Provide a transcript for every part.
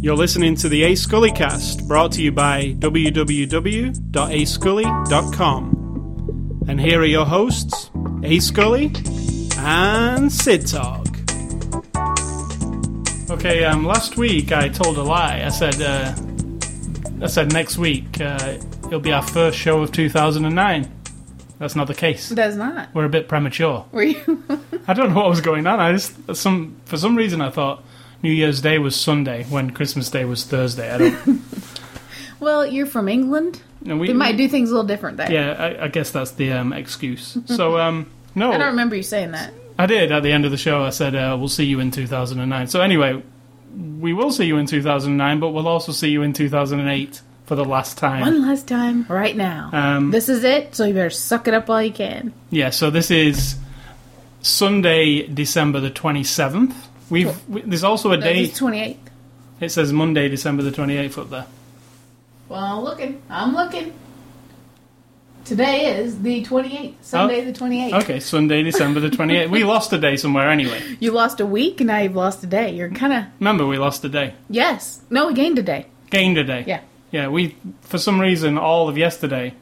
You're listening to the A Scully cast brought to you by www.ascully.com. And here are your hosts, A Scully and Sid Talk. Okay, um, last week I told a lie. I said, uh, I said next week uh, it'll be our first show of 2009. That's not the case. Does not. We're a bit premature. Were you? I don't know what was going on. I just some for some reason I thought New Year's Day was Sunday when Christmas Day was Thursday. I don't. well, you're from England. no, we, They might do things a little different there. Yeah, I, I guess that's the um, excuse. So um, no, I don't remember you saying that. I did at the end of the show. I said uh, we'll see you in 2009. So anyway, we will see you in 2009, but we'll also see you in 2008 for the last time. One last time, right now. Um, this is it, so you better suck it up while you can. Yeah, so this is Sunday, December the 27th. We've we, there's also a No, It's date. 28th. It says Monday, December the 28th up there. Well, I'm looking. I'm looking. Today is the 28th. Sunday the 28th. Oh. Okay, Sunday, December the 28th. we lost a day somewhere anyway. You lost a week, and now you've lost a day. You're kind of. Remember, we lost a day. Yes. No, we gained a day. Gained a day. Yeah. Yeah, we, for some reason, all of yesterday,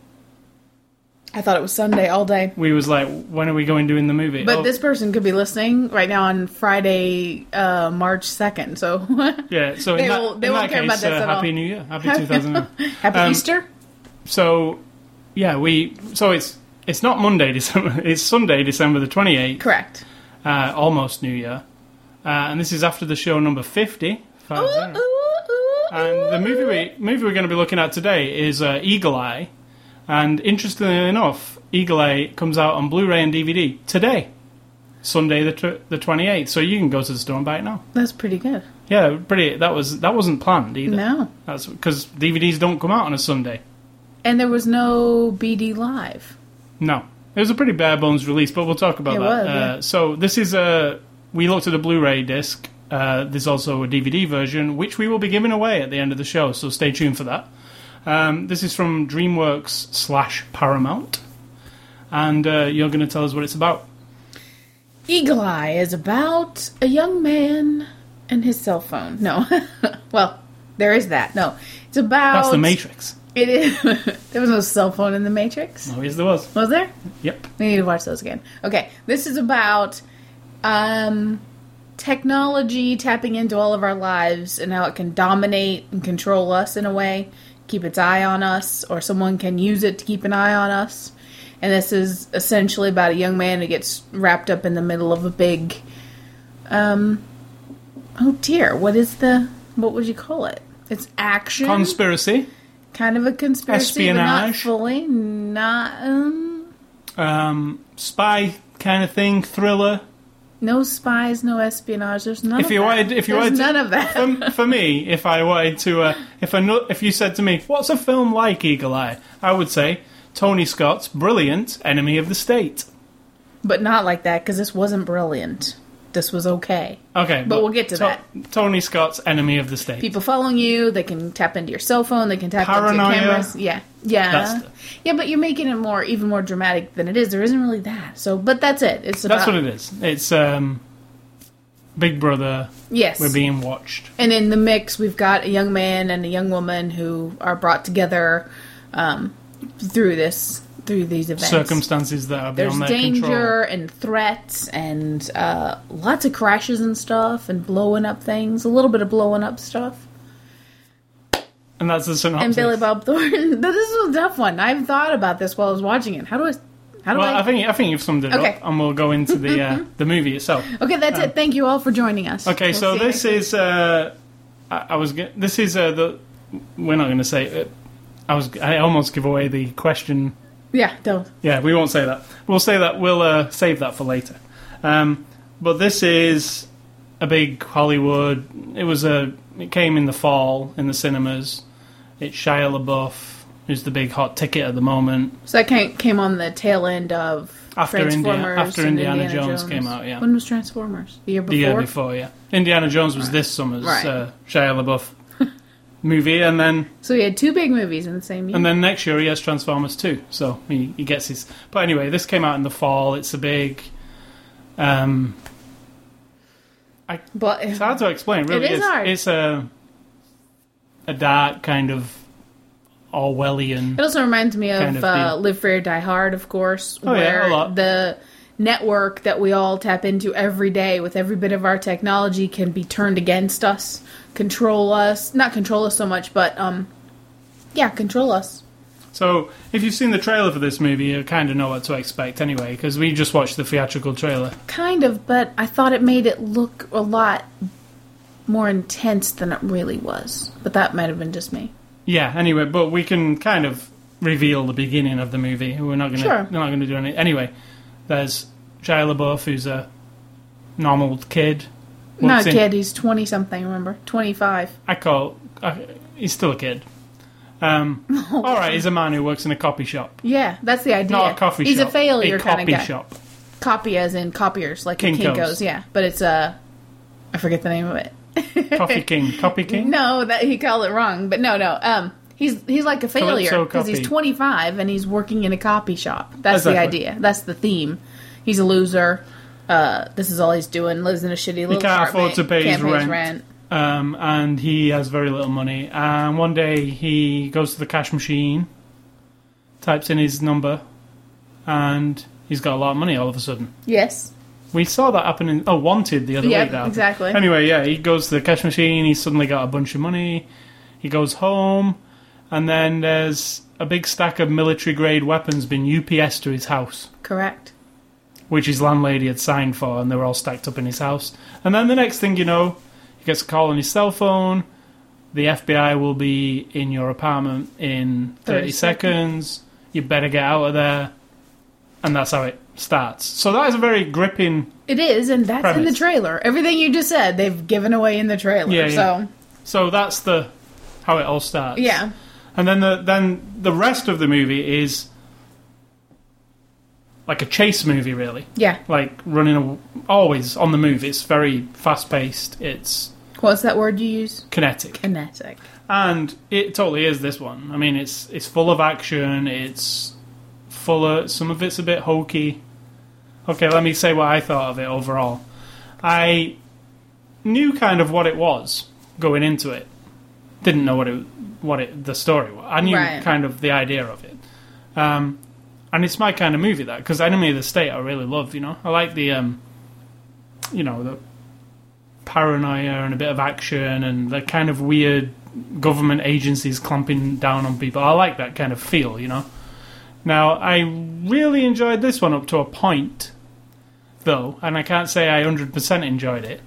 I thought it was Sunday all day. we was like, when are we going doing the movie? But Oh, this person could be listening right now on Friday, uh, March 2nd, so. Yeah, so they in that, will- they in that won't care case, about this uh, at all. Happy New Year. Happy 2009. Happy Um, Easter? so, yeah, we, so it's, it's not Monday, December, it's Sunday, December the 28th. Correct. uh, almost New Year. Uh, and this is after the show number 50. five Ooh, zero. ooh, ooh, And the ooh. movie, we, movie we're going to be looking at today is uh, Eagle Eye. And interestingly enough, Eagle Eye comes out on Blu ray and DVD today, Sunday the, tw- the 28th. So you can go to the store and buy it now. That's pretty good. Yeah, pretty. That was that wasn't planned either. No. That's because DVDs don't come out on a Sunday. And there was no BD Live. No, it was a pretty bare bones release, but we'll talk about It that. was, uh, yeah. So this is a we looked at a Blu-ray disc. Uh, there's also a DVD version, which we will be giving away at the end of the show. So stay tuned for that. Um, this is from DreamWorks slash Paramount, and uh, you're going to tell us what it's about. Eagle Eye is about a young man and his cell phone. No. well, there is that. No. Oh, It's about. That's the Matrix. It is. there was no cell phone in the Matrix. Oh, yes, there was. Was there? Yep. We need to watch those again. Okay, this is about um, technology tapping into all of our lives and how it can dominate and control us in a way, keep its eye on us, or someone can use it to keep an eye on us. And this is essentially about a young man who gets wrapped up in the middle of a big. Um, oh dear, what is the. What would you call it? It's action. Conspiracy. kind of a conspiracy, but not Espionage. fully. Not. Um, Um, spy kind of thing, thriller. No spies, no espionage. There's none. If of you that. wanted- if you There's wanted to- none of that. for, for me, if I wanted to, uh, if ano- if you said to me, "What's a film like Eagle Eye?" I would say Tony Scott's brilliant Enemy of the State. but not like that because this wasn't brilliant. This was okay. Okay, But we'll get to that. Tony Scott's Enemy of the State. People following you, they can tap into your cell phone, they can tap into Paranoia. cameras. Yeah, yeah, That's the- yeah. But you're making it more, even more dramatic than it is. There isn't really that. So, but that's it. It's about That's what it is. It's um, Big Brother. yes. We're being watched. And in the mix, we've got a young man and a young woman who are brought together um, through this, through these events. Circumstances that are There's beyond their danger control. and threats and uh, lots of crashes and stuff and blowing up things, a little bit of blowing up stuff. And that's the synopsis. And Billy Bob Thornton. this is a tough one. I've thought about this while I was watching it. How do I? How do Well, I? I think I think you've summed it Okay. up, and we'll go into the uh, the movie itself. okay, that's it. Thank you all for joining us. uh, Okay, We'll so see you this next week. is uh, I, I was ge- this is uh, the we're not going to say it. I was I almost give away the question. yeah. Don't. Yeah, we won't say that. We'll say that. We'll uh, save that for later. Um, but this is a big Hollywood. It was a. It came in the fall in the cinemas. It's Shia LaBeouf, who's the big hot ticket at the moment. So that came, came on the tail end of After Indiana- Transformers. after and Indiana Indiana Jones came out, yeah. When was Transformers? The year before. The year before, yeah. Indiana Jones was this summer's Right. uh, Shia LaBeouf movie, and then So we had two big movies in the same year. And then next year he has Transformers 2, so he, he gets his. But anyway, this came out in the fall. It's a big. Um, but it's hard to explain. Really, is it's, hard. It's a. a dark kind of Orwellian. It also reminds me of, Kind of uh, deal. Live Free or Die Hard, of course, Oh, yeah, where a lot. the network that we all tap into every day with every bit of our technology can be turned against us, control us, not control us so much, but um, yeah, control us. So, if you've seen the trailer for this movie, you kind of know what to expect anyway, because we just watched the theatrical trailer. Kind of, but I thought it made it look a lot more intense than it really was. But that might have been just me. Yeah. Anyway, but we can kind of reveal the beginning of the movie. We're not gonna. Sure. We're not gonna do any. Anyway, there's Shia LaBeouf, who's a normal kid. Not Walks a in- kid, he's 20 something, remember? 25. I call. I, he's still a kid. Um, all right, he's a man who works in a copy shop, Yeah, that's the idea. not a coffee he's shop. a failure a kind copy of guy. shop. Copy as in copiers, like a Kinkos. Kinko's, yeah. But it's a. I forget the name of it. Coffee King, Copy King. No, that he called it wrong, but no, no. Um, he's he's like a failure Calypso because he's copy. 25 and he's working in a copy shop. That's the Exactly. idea. That's the theme. He's a loser. Uh, this is all he's doing. Lives in a shitty little can't afford apartment. to pay his can't pay his rent. rent. um, and he has very little money. And one day he goes to the cash machine, types in his number, and he's got a lot of money all of a sudden. Yes. We saw that happen in oh Wanted the other Yeah, week. that happened. exactly. Anyway, yeah, he goes to the cash machine. He's suddenly got a bunch of money. He goes home, and then there's a big stack of military grade weapons being UPS to his house Correct. which his landlady had signed for, and they were all stacked up in his house. And then the next thing you know, he gets a call on his cell phone. The FBI will be in your apartment in 30, 30 seconds. You better get out of there. And that's how it starts. So that is a very gripping. It is, and that's in the Premise. trailer. Everything you just said, they've given away in the trailer. Yeah, yeah. So So that's the how it all starts. yeah, And then the then the rest of the movie is like a chase movie, really. yeah. Like running a, always on the move. It's very fast paced. It's What's that word you use? kinetic. Kinetic. and it totally is this one. I mean, it's it's full of action. It's full of some of it's a bit hokey. Okay, let me say what I thought of it overall. I knew kind of what it was going into it. Didn't know what it what it the story was. I knew Right. kind of the idea of it. Um, and it's my kind of movie that because Enemy of the State I really love. You know, I like the um, you know the paranoia and a bit of action and the kind of weird government agencies clamping down on people. I like that kind of feel, you know. Now, I really enjoyed this one up to a point, though, and I can't say I 100% enjoyed it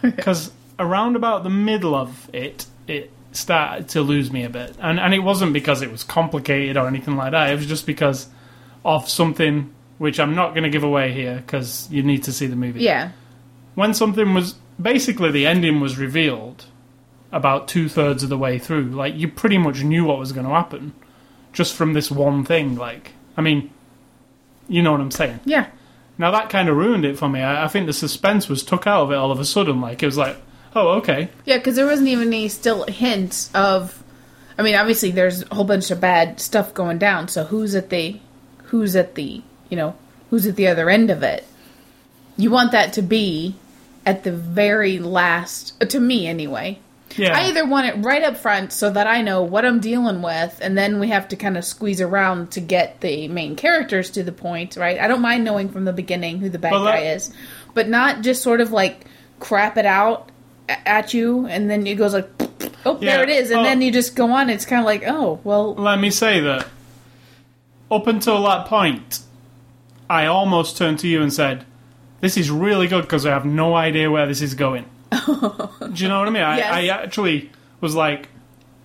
because around about the middle of it, it started to lose me a bit, and and it wasn't because it was complicated or anything like that. It was just because of something which I'm not going to give away here because you need to see the movie Yeah. when something was basically the ending was revealed about two thirds of the way through, like you pretty much knew what was going to happen just from this one thing. Like, I mean, you know what I'm saying. Yeah. Now that kind of ruined it for me. I, I think the suspense was took out of it all of a sudden. Like it was like, oh okay, Yeah, because there wasn't even any still hints of. I mean, obviously, there's a whole bunch of bad stuff going down. So who's at the, who's at the, you know, who's at the other end of it? You want that to be at the very last. To me, anyway. yeah. I either want it right up front so that I know what I'm dealing with, and then we have to kind of squeeze around to get the main characters to the point, right? I don't mind knowing from the beginning who the bad Well, that- guy is, but not just sort of like crap it out a- at you, and then it goes like, oh, Yeah, there it is, and oh. then you just go on. It's kind of like, oh, well, Let me say that up until that point, I almost turned to you and said, "This is really good because I have no idea where this is going." Do you know what I mean? I, Yes. I actually was like,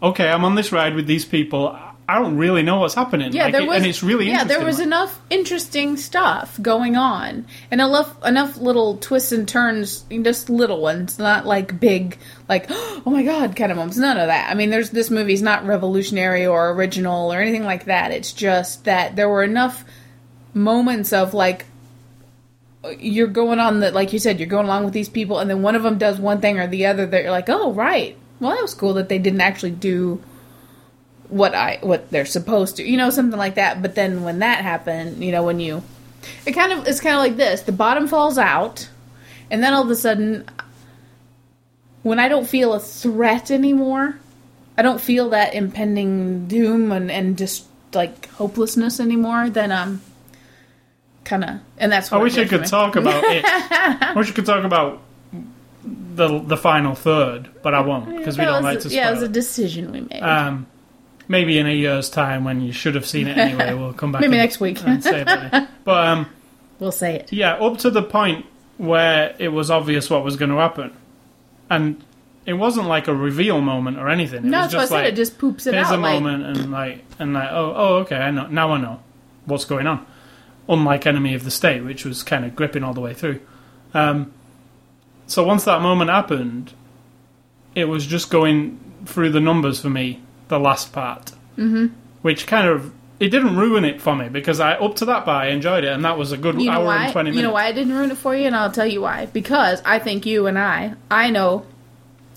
"Okay, I'm on this ride with these people. I- I don't really know what's happening." yeah, Like, there it- was, and it's really yeah, interesting. there was Like, enough interesting stuff going on, and enough enough little twists and turns, just little ones, not like big, like oh my god, kind of moments. None of that. I mean, there's this movie's not revolutionary or original or anything like that. It's just that there were enough moments of like you're going on the like you said you're going along with these people and then one of them does one thing or the other that you're like oh right well that was cool that they didn't actually do what i what they're supposed to you know something like that but then when that happened you know when you it kind of it's kind of like this the bottom falls out and then all of a sudden when i don't feel a threat anymore I don't feel that impending doom and, and just like hopelessness anymore, then I'm kind of, and that's I what wish it I did for could me. talk about it. I wish I could talk about the the final third, but I won't because we That don't was- like to spoil Yeah, it was a it. decision we made. Um, maybe in a year's time when you should have seen it anyway, we'll come back. Maybe and- next week. and say about it. But um, we'll say it. yeah, up to the point where it was obvious what was going to happen, and it wasn't like a reveal moment or anything. It No, was that's what I just said. like it just poops it here's a out. like, moment and like and like oh oh okay I know now I know what's going on. Unlike Enemy of the State, which was kind of gripping all the way through. Um, so once that moment happened, it was just going through the numbers for me. The last part, mm-hmm. which kind of it didn't ruin it for me because I up to that part I enjoyed it and that was a good You know hour why? and twenty minutes. You know why I didn't ruin it for you, and I'll tell you why. Because I think you and I, I know,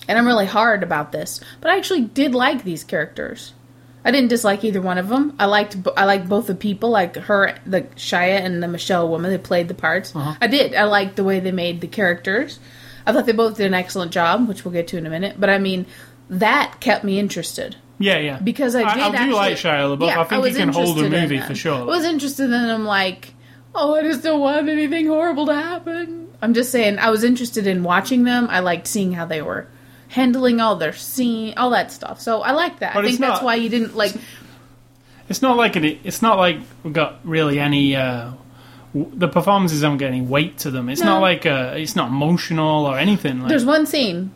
and I'm really hard about this, but I actually did like these characters. I didn't dislike either one of them. I liked b- I liked both the people, like her, the Shia and the Michelle woman. They played the parts. Uh-huh. I did. I liked the way they made the characters. I thought they both did an excellent job, which we'll get to in a minute. But I mean, that kept me interested. Yeah, yeah. because I I did do actually, like Shia LaBeouf. I think was he can hold a interested in movie them. for sure. I was interested in them like, oh, I just don't want anything horrible to happen. I'm just saying, I was interested in watching them. I liked seeing how they were handling all their scene, all that stuff. So I like that. But I it's think that's not- why you didn't like. It's not like it, it's not like we got really any. Uh, w- the performances haven't got any weight to them. It's No. not like uh, it's not emotional or anything. Like, There's one scene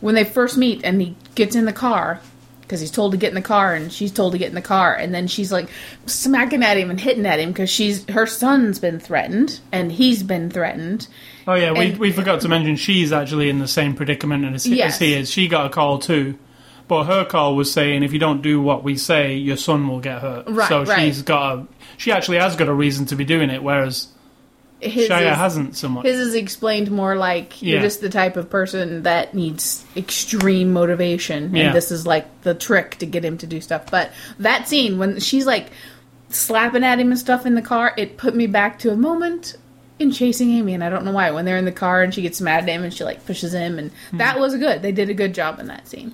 when they first meet and he gets in the car because he's told to get in the car and she's told to get in the car and then she's like smacking at him and hitting at him because she's her son's been threatened and he's been threatened oh yeah, we, and- we forgot to mention she's actually in the same predicament as, he- Yes. as he is. She got a call too, but her call was saying if you don't do what we say, your son will get hurt. Right, so right. she's got a, she actually has got a reason to be doing it, whereas his Shia is- hasn't so much. His is explained more like you're Yeah. just the type of person that needs extreme motivation, and Yeah. this is like the trick to get him to do stuff. But that scene when she's like slapping at him and stuff in the car, it put me back to a moment in chasing Amy, and I don't know why. When they're in the car and she gets mad at him and she like pushes him, and Hmm. that was good. They did a good job in that scene.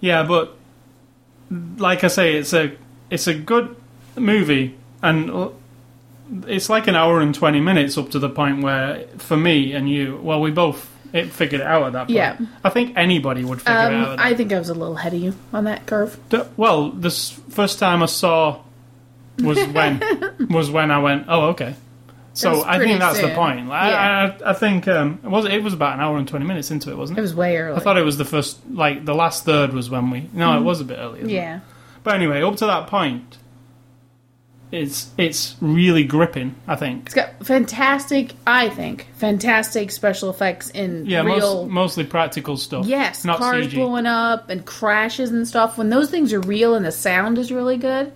Yeah, but like I say, it's a it's a good movie, and l- it's like an hour and twenty minutes up to the point where, for me and you, well, we both it figured it out at that point. Yeah. I think anybody would figure it out. Um, At that. I think I was a little ahead of you on that curve. D- well, this first time I saw was when was when I went. Oh, okay. So That's I pretty think that's the soon. point. Like, Yeah. I, I, I think um, it was it was about an hour and twenty minutes into it, wasn't It it? was way early. I thought it was the first, like the last third was when we. No, Mm. it was a bit earlier. yeah. But anyway, up to that point, it's it's really gripping. I think. It's got fantastic, I think, fantastic special effects in Yeah, real. most, mostly practical stuff. yes, not cars CG. blowing up and crashes and stuff. When those things are real and the sound is really good,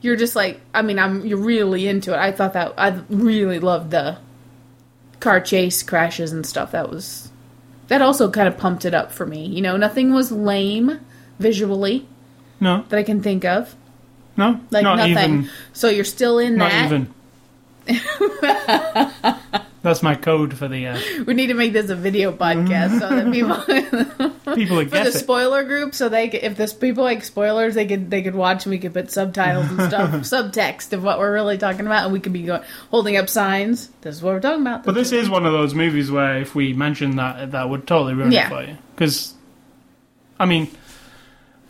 you're just like, I mean, I'm you're really into it. I thought that I really loved the car chase crashes and stuff. That was that also kind of pumped it up for me. You know, nothing was lame visually No, that I can think of. no, Like not nothing. even. so you're still in Not that. even. That's my code for the uh, We need to make this a video podcast so that people people that for the guess it. spoiler group, so they could, if there's people like spoilers, they could they could watch and we could put subtitles and stuff, subtext of what we're really talking about, and we could be going holding up signs. This is what we're talking about. But this is one of those movies where if we mentioned that, that would totally ruin Yeah. it for you. Because, I mean,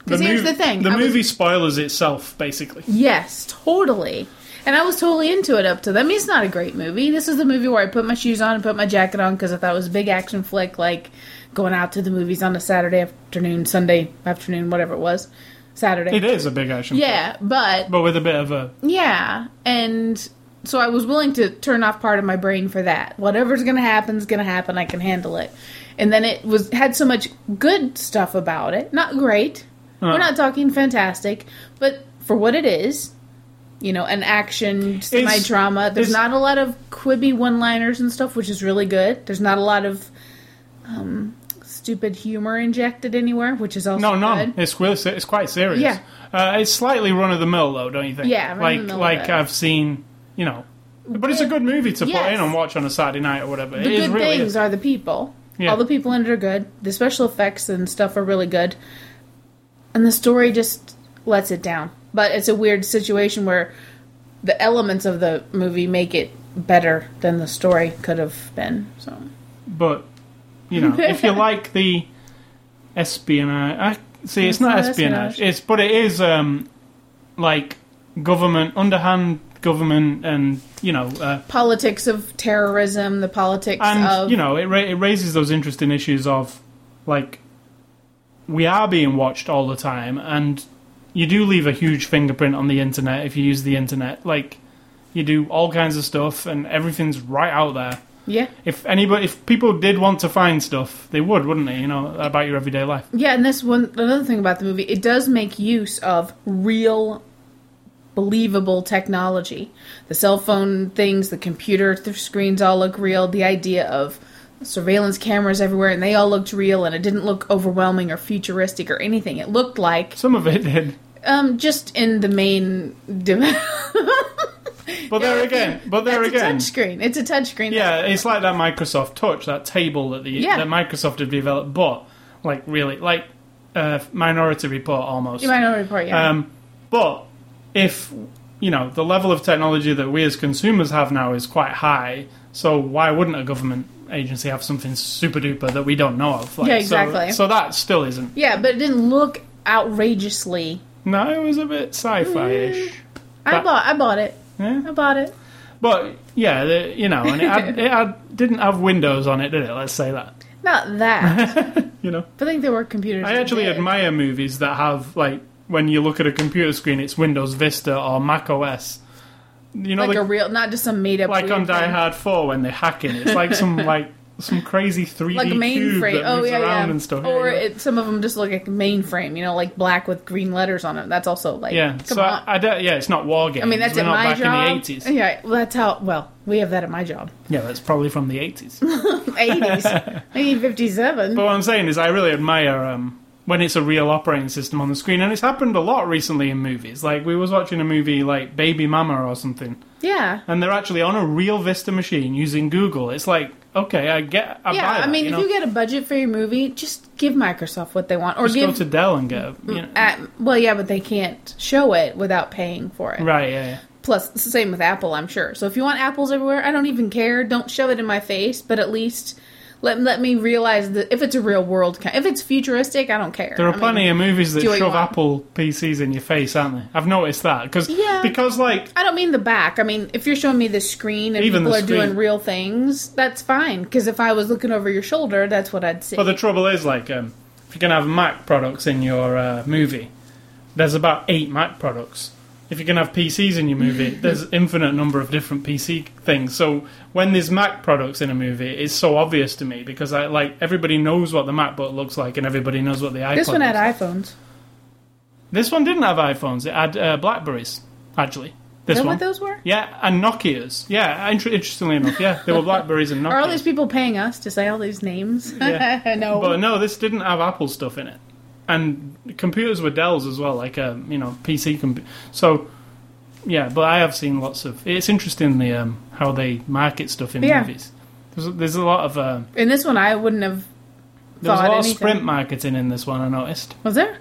'Cause here's the thing, the I was- movie spoilers itself basically. yes, totally. And I was totally into it up to them. It's not a great movie. This is the movie where I put my shoes on and put my jacket on because I thought it was a big action flick, like going out to the movies on a Saturday afternoon, Sunday afternoon, whatever it was, Saturday. It is a big action, yeah, but but with a bit of a Yeah, and so I was willing to turn off part of my brain for that. Whatever's going to happen is going to happen. I can handle it. And then it was had so much good stuff about it. Not great. We're not talking fantastic, but for what it is, you know, an action semi drama. There's it's- not a lot of quibby one liners and stuff, which is really good. There's not a lot of um, stupid humor injected anywhere, which is also No, none. good. It's real, se- it's quite serious. Yeah. uh, it's slightly run of the mill though, don't you think? Yeah, run-of-the-mill like a little like bit. I've seen, you know. But it's a good movie to put Yes. in and watch on a Saturday night or whatever. the it is good really. things are the people. Yeah. All the people in it are good. The special effects and stuff are really good. and the story just lets it down. But it's a weird situation where the elements of the movie make it better than the story could have been. So But you know, if you like the espionage, I, see, it's, It's not, not espionage. espionage. It's but it is um, like government underhand government, and you know, uh, politics of terrorism, the politics and of you know, it, ra- it raises those interesting issues of like we are being watched all the time, and you do leave a huge fingerprint on the internet if you use the internet, like. You do all kinds of stuff, and everything's right out there. yeah, If anybody, if people did want to find stuff, they would, wouldn't they? You know, about your everyday life. yeah. And this one, another thing about the movie, it does make use of real, believable technology. The cell phone things, the computer the screens all look real. The idea of surveillance cameras everywhere, and they all looked real, and it didn't look overwhelming or futuristic or anything. It looked like Some of it did. um, just in the main. Di- But there again, but there It's again, a touchscreen. It's a touchscreen. yeah, it's like that Microsoft Touch, that table that the Yeah. that Microsoft have developed, but like really, like uh, Minority Report almost. You might not report. Yeah. Um, but if you know the level of technology that we as consumers have now is quite high, so why wouldn't a government agency have something super duper that we don't know of? Like, Yeah, so- exactly. So, that still isn't. yeah, but it didn't look outrageously. No, it was a bit sci-fi ish. I But- bought. I bought it. Yeah. I bought it. But yeah, the, you know, and it, had, it had, didn't have windows on it, did it? Let's say that. Not that. You know, but I think there were computers. I that actually did. admire movies that have like when you look at a computer screen, it's Windows Vista or Mac OS. You know, like the- a real, not just some made up. like um, on Die Hard Four when they hack in, it's like some like some crazy three Like a D cube mainframe. that Oh moves yeah, around yeah. and stuff. Or yeah, yeah. It, some of them just look like mainframe. You know, like black with green letters on it. That's also like. yeah. Come So on. I, I don't- yeah, it's not war games. I mean, that's We're at not my back job. in the eighties. Yeah, well, that's how. Well, we have that at my job. Yeah, that's probably from the eighties. Eighties, nineteen fifty-seven. But what I'm saying is, I really admire um, when it's a real operating system on the screen, and it's happened a lot recently in movies. Like we was watching a movie like Baby Mama or something, Yeah. and they're actually on a real Vista machine using Google. It's like, okay, I get, I yeah, buy that, I mean, you if know? you get a budget for your movie, just give Microsoft what they want, or Just give. go to Dell and get, a, you know, at, well, yeah, but they can't show it without paying for it. right, yeah, yeah. Plus, it's the same with Apple, I'm sure. So if you want apples everywhere, I don't even care. Don't shove it in my face, but at least let let me realize that if it's a real world, ki- if it's futuristic, I don't care. There are I mean, plenty of movies that do what you shove want. Apple PCs in your face, aren't they? I've noticed that because Yeah. because like I don't mean the back. I mean, if you're showing me the screen and Even people the are doing screen. real things, that's fine. Because if I was looking over your shoulder, that's what I'd see. But the trouble is, like, um, if you're going to have Mac products in your uh, movie, there's about eight Mac products. If you're going to have PCs in your movie, there's infinite number of different PC things. So when there's Mac products in a movie, it's so obvious to me because I like everybody knows what the MacBook looks like and everybody knows what the iPod. this one had looks like. iPhones. this one didn't have iPhones. It had uh, Blackberries actually. Is This that one. what those were? Yeah, and Nokia's. Yeah, inter- interestingly enough, yeah, they were Blackberries and Nokia's. Are all these people paying us to say all these names? Yeah. no. But no, this didn't have Apple stuff in it, and computers were Dells as well, like um, you know PC comp. So yeah, but I have seen lots of. It's interesting the um, how they market stuff in Yeah. movies. There's, there's a lot of um, In this one, I wouldn't have there was a Thought lot anything. of sprint marketing in this one. I noticed Was there?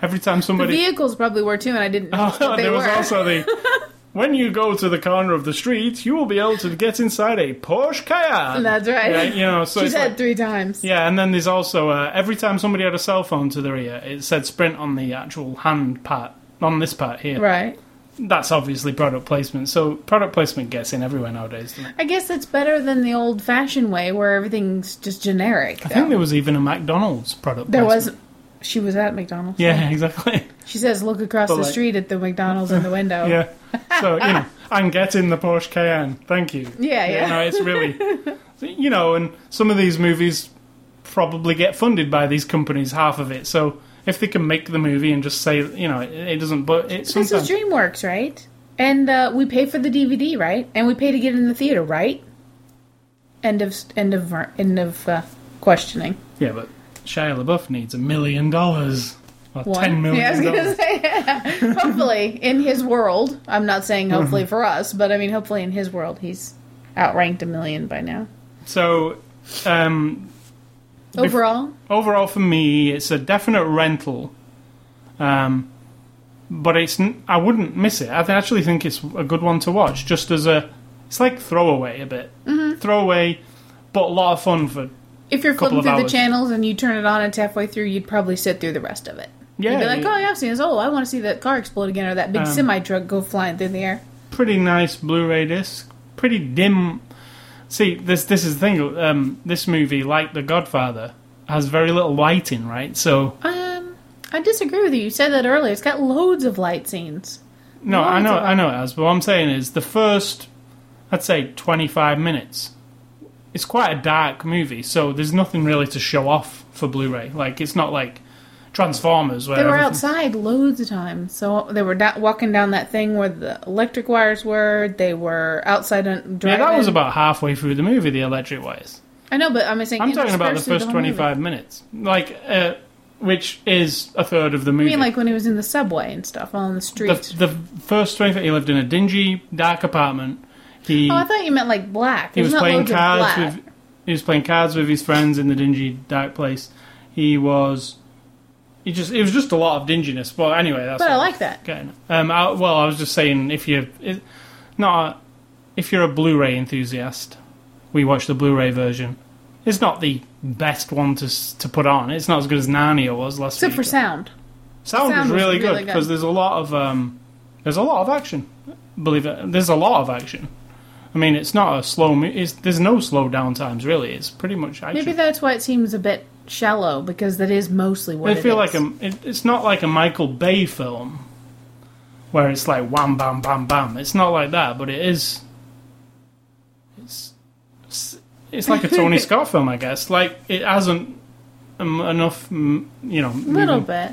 every time the somebody. Oh, vehicles probably were too, and I didn't know what they there was were. also the. When you go to the corner of the street, you will be able to get inside a Porsche Cayenne. That's right. Yeah, you know, so she it's said like- three times. Yeah, and then there's also uh, every time somebody had a cell phone to their ear, it said "Sprint" on the actual hand part, on this part here. Right. That's obviously product placement. So product placement gets in everywhere nowadays. Doesn't it? I guess that's better than the old-fashioned way where everything's just generic. I though. think there was even a McDonald's product. there placement. was. She was at McDonald's. Yeah, exactly. She says, "Look across But the like- street at the McDonald's in the window." Yeah. So you know, I'm getting the Porsche Cayenne. Thank you. Yeah, yeah. You know, it's really, you know, and some of these movies probably get funded by these companies. Half of it. So if they can make the movie and just say, you know, it, it doesn't. But it This sometimes. is DreamWorks, right? And uh, we pay for the DVD, right? And we pay to get in the theater, right? End of end of end of uh, questioning. Yeah, but Shia LaBeouf needs a million dollars. Or One. ten million Yeah, I was gonna dollars. say, hopefully, in his world, I'm not saying Uh-huh. hopefully for us, but I mean, hopefully, in his world, he's outranked a million by now. So, um, Overall, overall for me, it's a definite rental. Um, but it's n- I wouldn't miss it. I th- actually think it's a good one to watch, just as a it's like throwaway a bit, Mm-hmm. throwaway, but a lot of fun for If you're Couple flipping of through the hours. channels and you turn it on and it's halfway through, you'd probably sit through the rest of it. yeah. You'd be like, you- oh, yeah, I've seen this. Oh, I want to see that car explode again or that big Um, semi truck go flying through the air. pretty nice Blu-ray disc. Pretty dim. See, this this is the thing. Um, this movie, like The Godfather, has very little lighting, right? So Um, I disagree with you. You said that earlier. It's got loads of light scenes. no, No, I it's know, alright. I know it has. But what I'm saying is, the first, I'd say, 25 minutes. It's quite a dark movie, so there's nothing really to show off for Blu-ray. Like it's not like Transformers where They were everything- outside loads of times. So they were da- walking down that thing where the electric wires were. They were outside on Yeah, driving. that was about halfway through the movie. The electric wires. I know, but I'm saying I'm it talking about the dispersed through first whole movie. 25 minutes, like uh, which is a third of the I movie. mean, like when he was in the subway and stuff on the street. the, the first 25 he lived in a dingy dark apartment he oh, I thought you meant like black. he was There's not playing loads of cards black. with he was playing cards with his friends in the dingy dark place he was he just it was just a lot of dinginess but anyway that's But I what like that. getting at. um I, well i was just saying if you're it, not if you're a blu-ray enthusiast we watched the blu-ray version it's not the best one to s- to put on it's not as good as narnia was last Except for week sound. sound, Sound was was really, really good good. because there's a lot of um, there's a lot of action. Believe it, there's a lot of action. I mean, it's not a slow. mo- It's, there's no slow down times really. It's pretty much action. Maybe that's why it seems a bit shallow because that is mostly what I it feel is. like a, it, it's not like a Michael Bay film where it's like wham bam bam bam. It's not like that, but it is. It's it's, it's like a Tony Scott film, I guess. Like it hasn't um, enough, mm, you know, little moving- bit.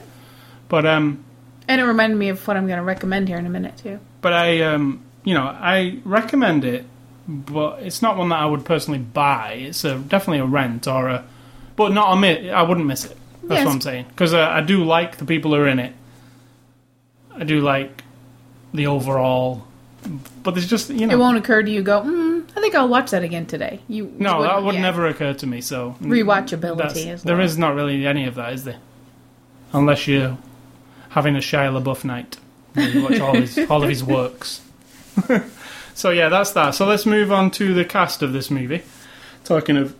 But um, And it reminded me of what I'm going to recommend here in a minute too. but I, um, you know, I recommend it, but it's not one that I would personally buy. It's a, definitely a rent or a, but not a mi- I wouldn't miss it. That's Yes. what I'm saying because uh, I do like the people who are in it. I do like the overall, but there's just you know, It won't occur to you go, mm, I think I'll watch that again today. You you no, that wouldn't- would yeah. never occur to me. So rewatchability that's- is there low. is not really any of that, is there? Unless you're having a Shia LaBeouf night, where you watch all his all of his works. so yeah, that's that. So let's move on to the cast of this movie. Talking of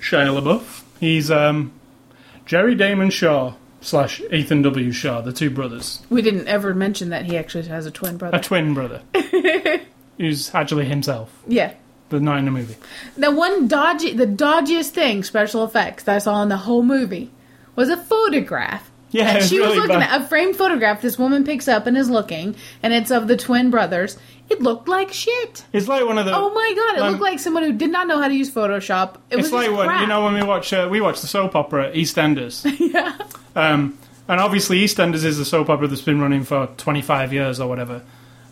Shia LaBeouf, he's um, Jerry Damon Shaw slash Ethan W. Shaw, the two brothers, We didn't ever mention that he actually has a twin brother. a twin brother, who's actually himself, yeah. but not in the movie. The one dodgy, the dodgiest thing, special effects that I saw in the whole movie, was a photograph. Yeah, that it was she was really looking bad. at a framed photograph. This woman picks up and is looking, and it's of the twin brothers. It looked like shit. It's like one of the Oh my god! It Um, looked like someone who did not know how to use Photoshop. It was It's like just when crap. you know when we watch uh, we watch the soap opera EastEnders. Yeah. Um, and obviously EastEnders is a soap opera that's been running for 25 years or whatever.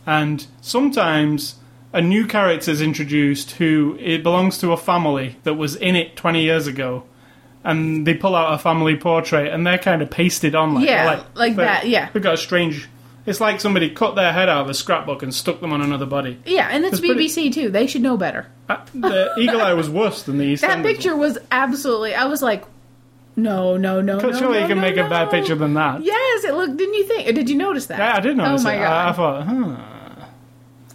And sometimes a new character is introduced who it belongs to a family that was in it 20 years ago. And they pull out a family portrait and they're kind of pasted on like Yeah, like, like they- that, yeah. They've got a strange it's like somebody cut their head out of a scrapbook and stuck them on another body. Yeah, and it's It's pretty- BBC too. They should know better. Uh, The Eagle Eye was worse than the EastEnders. That picture was absolutely. I was like, no, no, no, no. one. Surely no, you can no, make no. a bad picture than that. Yes, it looked. Didn't you think? Or did you notice that? Yeah, I did notice Oh my it. Uh, I- I god! thought, huh.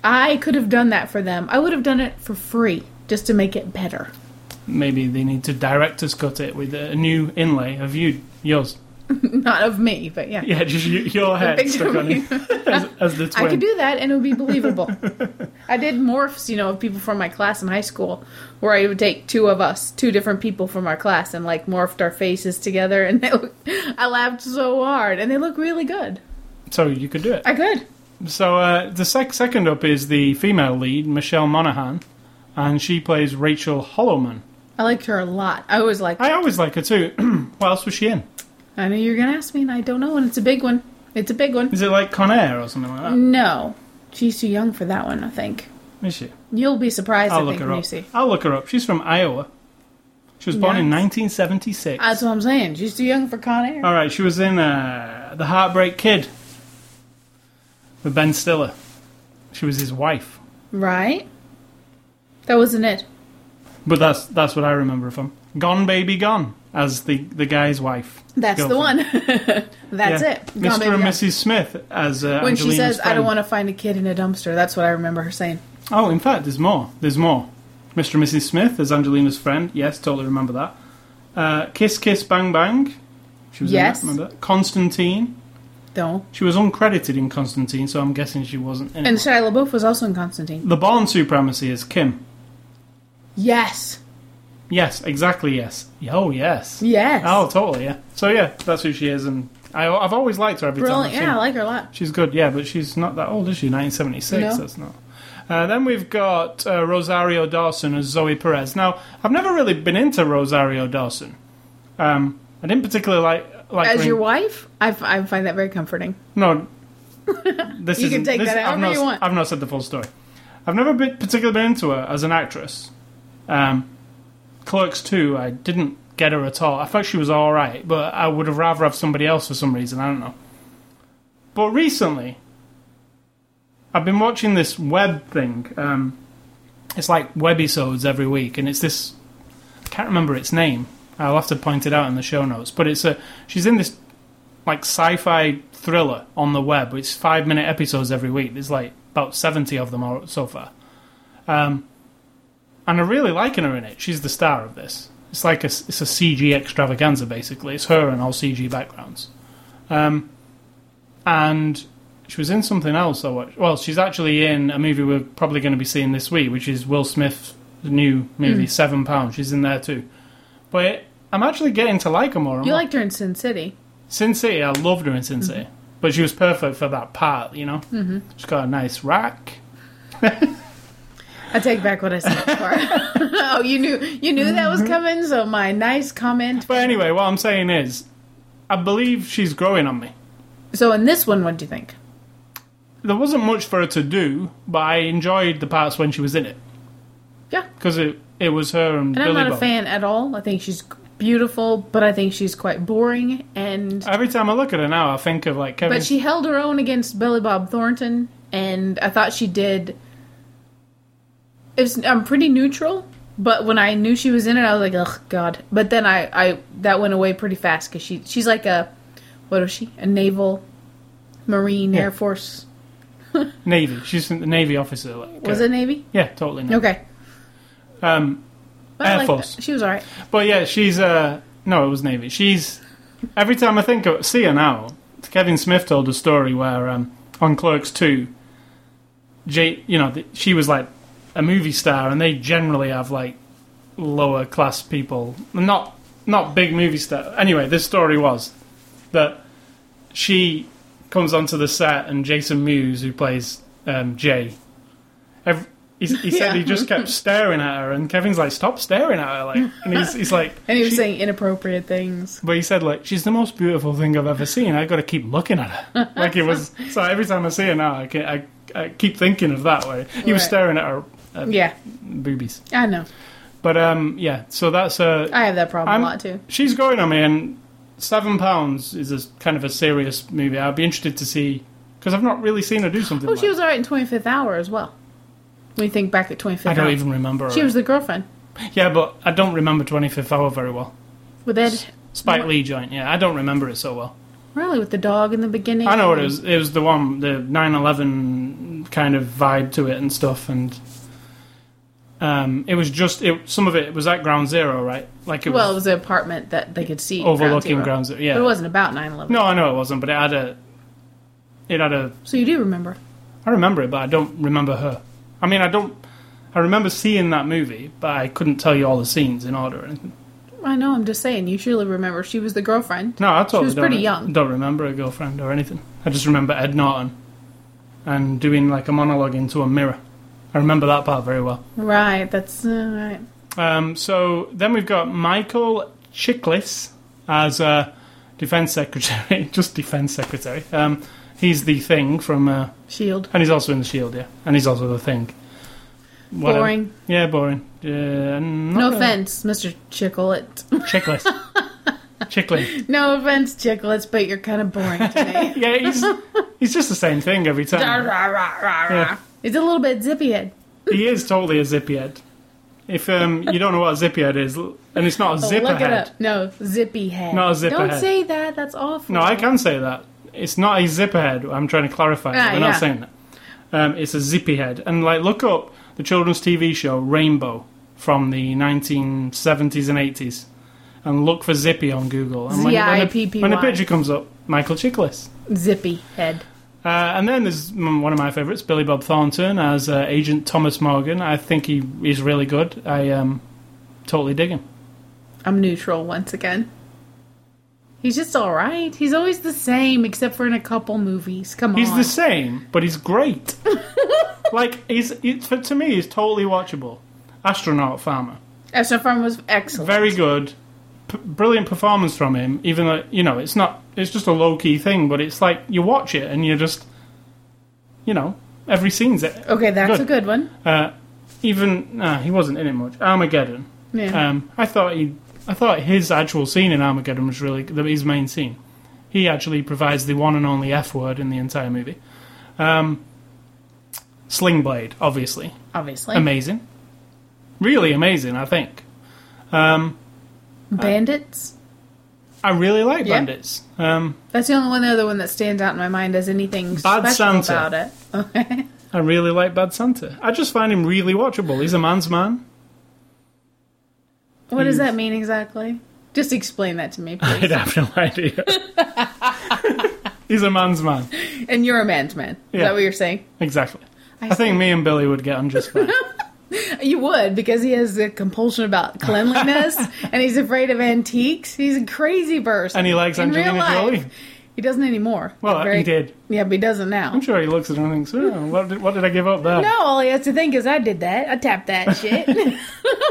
I could have done that for them. I would have done it for free just to make it better. Maybe they need to director's cut it with a new inlay of you, yours. Not of me, but yeah, Yeah, just you, your head picture stuck of on me. it as, as the twin. I could do that, and it would be believable. I did morphs, you know, of people from my class in high school, where I would take two of us, two different people from our class, and like morphed our faces together, and they look, I laughed so hard, and they look really good. so you could do it. I could. So uh, the sec- second up is the female lead, Michelle Monaghan, and she plays Rachel Hollowman. I liked her a lot. I was like, I always like her too. what else was she in? I know you're gonna ask me, and I don't know, and it's a big one. It's a big one. Is it like Con Air or something like that? No, she's too young for that one. I think Is she? you'll be surprised. I'll I look think her when up. you see. I'll look her up. She's from Iowa. She was born in Nice. 1976. That's what I'm saying. She's too young for Con Air. All right, she was in uh, The Heartbreak Kid with Ben Stiller. She was his wife. Right? That wasn't it. But that's that's what I remember from Gone Baby Gone as the the guy's wife. That's the one. girlfriend. That's Yeah. it. Mr. Gone, baby, and gone. Mrs. Smith as uh, When she Angelina's says, "I friend. don't want to find a kid in a dumpster," that's what I remember her saying. Oh, in fact, there's more. There's more. Mr. and Mrs. Smith as Angelina's friend. Yes, totally remember that. Uh, Kiss Kiss Bang Bang. She was Yes. in that, remember that? Constantine. Don't. She was uncredited in Constantine, so I'm guessing she wasn't in And it. Shia LaBeouf was also in Constantine. The Born Supremacy is Kim. Yes. Yes, exactly, yes. Oh, yes. Yes. Oh, totally, yeah. So, yeah, that's who she is, and I, I've always liked her every time. I've brilliant. seen Yeah, I her. like her a lot. She's good, yeah, but she's not that old, is she? 1976, No. that's not. Uh, then we've got uh, Rosario Dawson as Zoe Perez. Now, I've never really been into Rosario Dawson. Um, I didn't particularly like. like Uh-huh. her As in- your wife, I, f- I find that very comforting. No. This You can isn't- take this- that I've however not, you want. I've not said the full story. I've never been, particularly been into her as an actress. Um, Clerks 2, I didn't get her at all. I thought she was alright, but I would have rather have somebody else for some reason. I don't know. But recently, I've been watching this web thing. Um, it's like webisodes every week, and it's this. I can't remember its name. I'll have to point it out in the show notes. But it's a. She's in this like sci-fi thriller on the web. It's five minute episodes every week. There's like about seventy of them or- so far, um, and I'm really liking her in it. She's the star of this. It's like a s- it's a CG extravaganza basically. It's her and all CG backgrounds, um, and she was in something else I watched. Well, she's actually in a movie we're probably going to be seeing this week, which is Will Smith's new movie Seven Pounds. She's in there too, but. I'm actually getting to like her more. and You more. liked her in Sin City. Sin City, I loved her in Sin City, but she was perfect for that part, you know. Mm-hmm. She's got a nice rack. I take back what I said before. oh, you knew you knew that was coming, so my nice comment. But anyway, what I'm saying is, I believe she's growing on me. So in this one, what do you think? There wasn't much for her to do, but I enjoyed the parts when she was in it Yeah. because it it was her and, And I'm Billy not a Bob. fan at all. I think she's beautiful, but I think she's quite boring. And Every time I look at her now, I think of like Kevin. but she held her own against Billy Bob Thornton, and I thought she did. It was, I'm pretty neutral, but when I knew she was in it, I was like, "Ugh, God!" But then I, I that went away pretty fast because she she's like a what was she a naval marine Yeah. air force Navy. She's the Navy officer. Like, uh, was it navy Yeah, totally. Navy. okay Um, But I Air liked Force. her. She was all right. But yeah, she's uh no, it was Navy. She's every time I think of see her now. Kevin Smith told a story where um, on Clerks Two, Jay, you know, th she was like a movie star, and they generally have like lower class people, not not big movie star. Anyway, this story was that she comes onto the set, and Jason Mewes, who plays um, Jay, ev he, he said Yeah. he just kept staring at her, and Kevin's like, "Stop staring at her!" Like, and he's, he's like, And he was "She- saying inappropriate things. but he said, like, she's the most beautiful thing I've ever seen. I've got to keep looking at her. Like, it was. So every time I see her now, I, can, I, I keep thinking of that way. He was Right. staring at her uh, Yeah, boobies. I know. But, um, yeah, so that's a. I have that problem I'm- a lot too. She's going on me, and Seven Pounds is a, kind of a serious movie. I'd be interested to see. Because I've not really seen her do something Oh, like she was all right in 25th Hour as well. When you think back at 25th I don't Hour. even remember her. She was the girlfriend yeah, but I don't remember 25th Hour very well. with Ed. Spike What? Lee joint, yeah. I don't remember it so well. Really, with the dog in the beginning. I know what it was. It was the one, the 9/11 kind of vibe to it and stuff, and um, it was just it. Some of it was at Ground Zero, right? Like it well, it was was an apartment that they could see. at overlooking Ground Zero. Ground Zero. Yeah. But it wasn't about 9 11. no, I know it wasn't, but it had a. It had a. So you do remember. I remember it, but I don't remember her. I mean, I don't. I remember seeing that movie, but I couldn't tell you all the scenes in order or anything. I know, I'm just saying. You surely remember. She was the girlfriend. No, I totally was don't pretty re- young. Don't remember a girlfriend or anything. I just remember Ed Norton and doing like a monologue into a mirror. I remember that part very well. Right, that's. Uh, right. Um, so then we've got Michael Chiklis as uh, defense secretary, just defense secretary. Um, he's the thing from, uh, Shield. and he's also in the Shield, yeah, and he's also the thing. Whatever. Boring. Yeah, boring. Uh, No no offense, Mr. Chicklett. Chiklis. Chiklis. no offense, Chicklets, but you're kind of boring today. Yeah, he's he's just the same thing every time. Rah, rah, rah, rah, rah. Yeah. It's a little bit zippy head. he is totally a zippy head. If um, you don't know what a zippy head is, l- and it's not a Oh, zipper look head. it up. No, zippy head. Not a zipper Don't head. say that. That's awful. No, I can say that. It's not a zipper head. I'm trying to clarify. We're Ah, yeah. not saying that. Um, it's a zippy head. And like, look up the children's TV show Rainbow from the 1970s and 80s, and look for zippy on Google. And Z-I-P-P-Y. when a picture comes up, Michael Chiklis. Zippy head. Uh, and then there's mm, one of my favourites, Billy Bob Thornton as uh, Agent Thomas Morgan. I think he is really good. I um, totally dig him. I'm neutral once again. He's just all right. He's always the same, except for in a couple movies. Come He's on. the same, but he's great. like he's it, for, to me, he's totally watchable. Astronaut Farmer, Astro Farm was excellent. very good, p- brilliant performance from him. Even though you know it's not, it's just a low key thing, but it's like you watch it and you're just, you know, every scene's it. okay, that's Good. a good one. Uh, even uh, he wasn't in it much. Armageddon. Yeah. Um, I thought he, I thought his actual scene in Armageddon was really the, his main scene. He actually provides the one and only F word in the entire movie. Um, Sling Blade, obviously, obviously. amazing, really amazing. I think um, Bandits. I really like Yeah. Bandits. Um, That's the only one, the other one that stands out in my mind as anything Bad special Santa. about it. Okay. I really like Bad Santa. I just find him really watchable. He's a man's man. What does that mean exactly? Just explain that to me, I'd please. have no idea. He's a man's man. and you're a man's man. Is Yeah. that what you're saying? Exactly. I I think me and Billy would get on just fine. You would because he has a compulsion about cleanliness and he's afraid of antiques. He's a crazy person. And he likes In real Angelina life, Jolie. He doesn't anymore. Well, Very- he did. Yeah, but he doesn't now. I'm sure he looks at it and thinks, oh, what, did, what did I give up there? No, all he has to think is, I did that. I tapped that shit.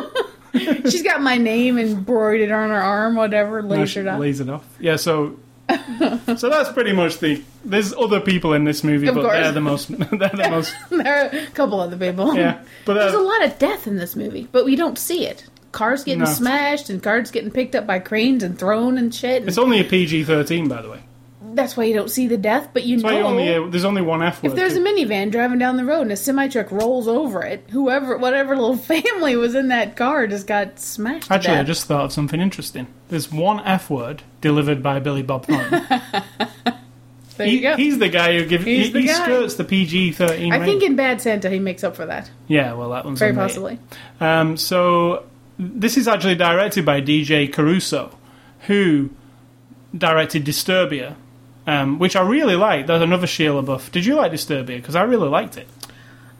She's got my name embroidered on her arm, whatever, I lasered should up. laze it off. Yeah, so so that's pretty much the. There's other people in this movie, Of but course. they're the most. They're the most. there are a couple other people. Yeah, but There's a uh, lot of death in this movie, but we don't see it. Cars getting No. smashed and cars getting picked up by cranes and thrown and shit. it's And only a PG-13, by the way. that's why you don't see the death, but you That's why know. you only uh, there's only one F word. if there's a too. minivan driving down the road and a semi truck rolls over it, whoever, whatever little family was in that car just got smashed. to Actually, I death. just thought of something interesting. There's one F word delivered by Billy Bob Thornton. there he, you go. He's the guy who gives. He's He, the he guy. skirts the PG-13. I think range. in Bad Santa he makes up for that, Yeah, well, that one's very unrated. possibly. Um, so this is actually directed by DJ Caruso, who directed Disturbia, um, which I really like. There's another Sheila Buff. Did you like Disturbia? Because I really liked it.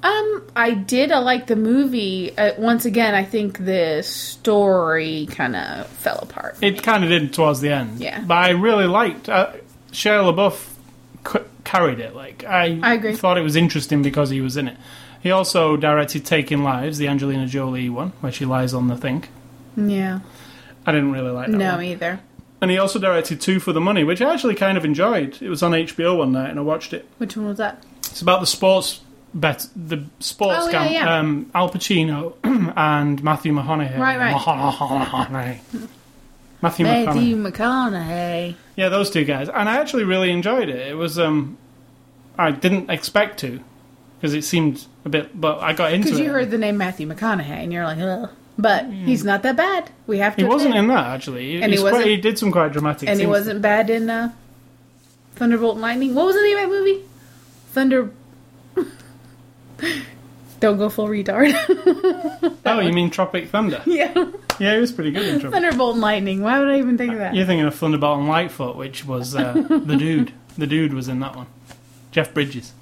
Um, I did. I like the movie. Uh, once again, I think the story kind of fell apart. for me. It kind of did towards the end. Yeah. But I really liked uh, Shia LaBeouf c- carried it. Like I, I agree. thought it was interesting because he was in it. He also directed Taking Lives, the Angelina Jolie one, where she lies on the thing. yeah. I didn't really like that. No, one. either. And he also directed Two for the Money, which I actually kind of enjoyed. It was on HBO one night, and I watched it. Which one was that? It's about the sports bet, the sports Oh, yeah, camp. yeah. Um, Al Pacino and Matthew McConaughey. Right, right. McConaughey. Matthew Matthew McConaughey. McConaughey. Yeah, those two guys, and I actually really enjoyed it. It was um, I didn't expect to, because it seemed a bit, but I got into Because it. you heard the name Matthew McConaughey and you're like, ugh. But he's not that bad. We have to. Hmm. he wasn't admit. in that actually. And he He's quite- wasn't- he did some quite dramatic. and he scenes. wasn't bad in uh, Thunderbolt and Lightning. What was the name of that movie? Thunder. Don't go full retard. Oh, you mean Tropic Thunder? yeah, yeah, he was pretty good in Tropic. Thunderbolt and Lightning. Why would I even think of that? You're thinking of Thunderbolt and Lightfoot, which was uh, the dude. The dude was in that one. Jeff Bridges.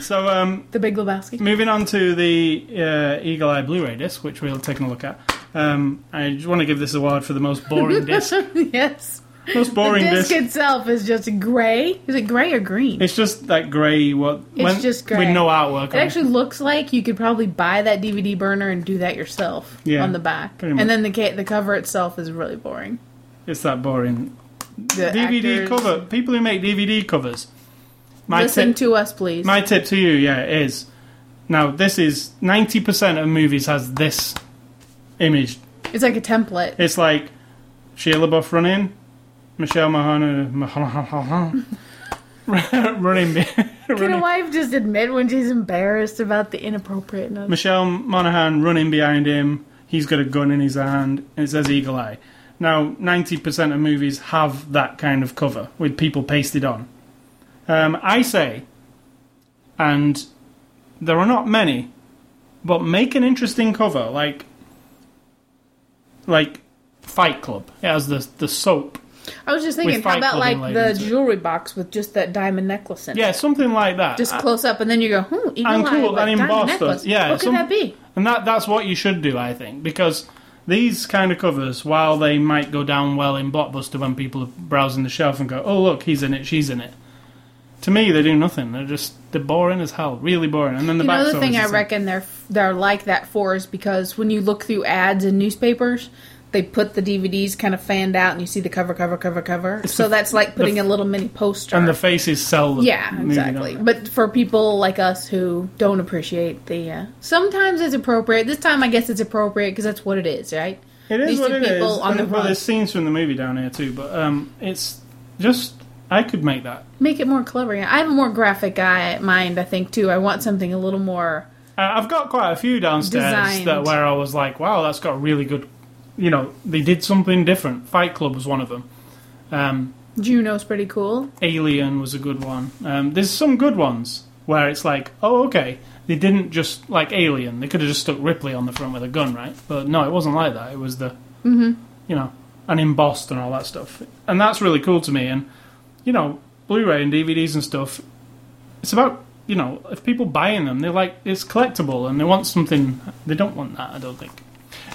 So, um, The Big Lebowski. moving on to the uh, Eagle Eye Blu-ray disc, which we'll take a look at. Um, I just want to give this award for the most boring disc. yes. Most boring the disc, disc. itself is just grey. Is it grey or green? It's just that grey. What? It's just grey. with no artwork. It on it. actually looks like you could probably buy that DVD burner and do that yourself Yeah, on the back. pretty much. And then the ca- the cover itself is really boring. It's that boring. The DVD actors- cover. People who make DVD covers. My Listen tip, to us, please. my tip to you, yeah, is now this is ninety percent of movies has this image it's like a template. It's like Sheila LaBeouf running, Michelle Mahana, Mahana running, be- Can a running wife just admit when she's embarrassed about the inappropriateness? Michelle Monaghan running behind him, he's got a gun in his hand and it says Eagle Eye. Now, 90% of movies have that kind of cover with people pasted on. Um, I say, and there are not many, but make an interesting cover like like Fight Club. It has the the soap. I was just thinking, With how Fight about Club like the related to it. jewelry box with just that diamond necklace in it? Yeah, something like that. Just I- close up, and then you go, hmm, eagle And eye cool, with and diamond embossed necklace. us. Yeah, what could some- that be? And that that's what you should do, I think, because these kind of covers, while they might go down well in Blockbuster when people are browsing the shelf and go, "Oh look, he's in it, she's in it," to me they do nothing. They're just they're boring as hell, really boring. And then the You back know the cover's thing the I same. reckon they're they're like that for is because when you look through ads in newspapers, they put the DVDs kind of fanned out, and you see the cover, cover, cover, cover. so that's like putting a little mini poster. And the faces sell. The yeah, movie, don't exactly. they? But for people like us who don't appreciate the, uh, sometimes it's appropriate. This time, I guess it's appropriate because that's what it is, right? It is These what two it is. people on and the well, run. there's scenes from the movie down here too, but um, it's just I could make that. Make it more clever. Yeah. I have a more graphic eye mind, I think, too. I want something a little more. Uh, I've got quite a few downstairs Designed. that where I was like, wow, that's got really good. You know, they did something different. Fight Club was one of them. Um, Juno's pretty cool. Alien was a good one. Um, there's some good ones where it's like, oh, okay, they didn't just like Alien. They could have just stuck Ripley on the front with a gun, right? But no, it wasn't like that. It was the, you know, and embossed and all that stuff, and that's really cool to me. And you know, Blu-ray and DVDs and stuff. It's about you know, if people buying them, they like it's collectible and they want something. They don't want that, I don't think.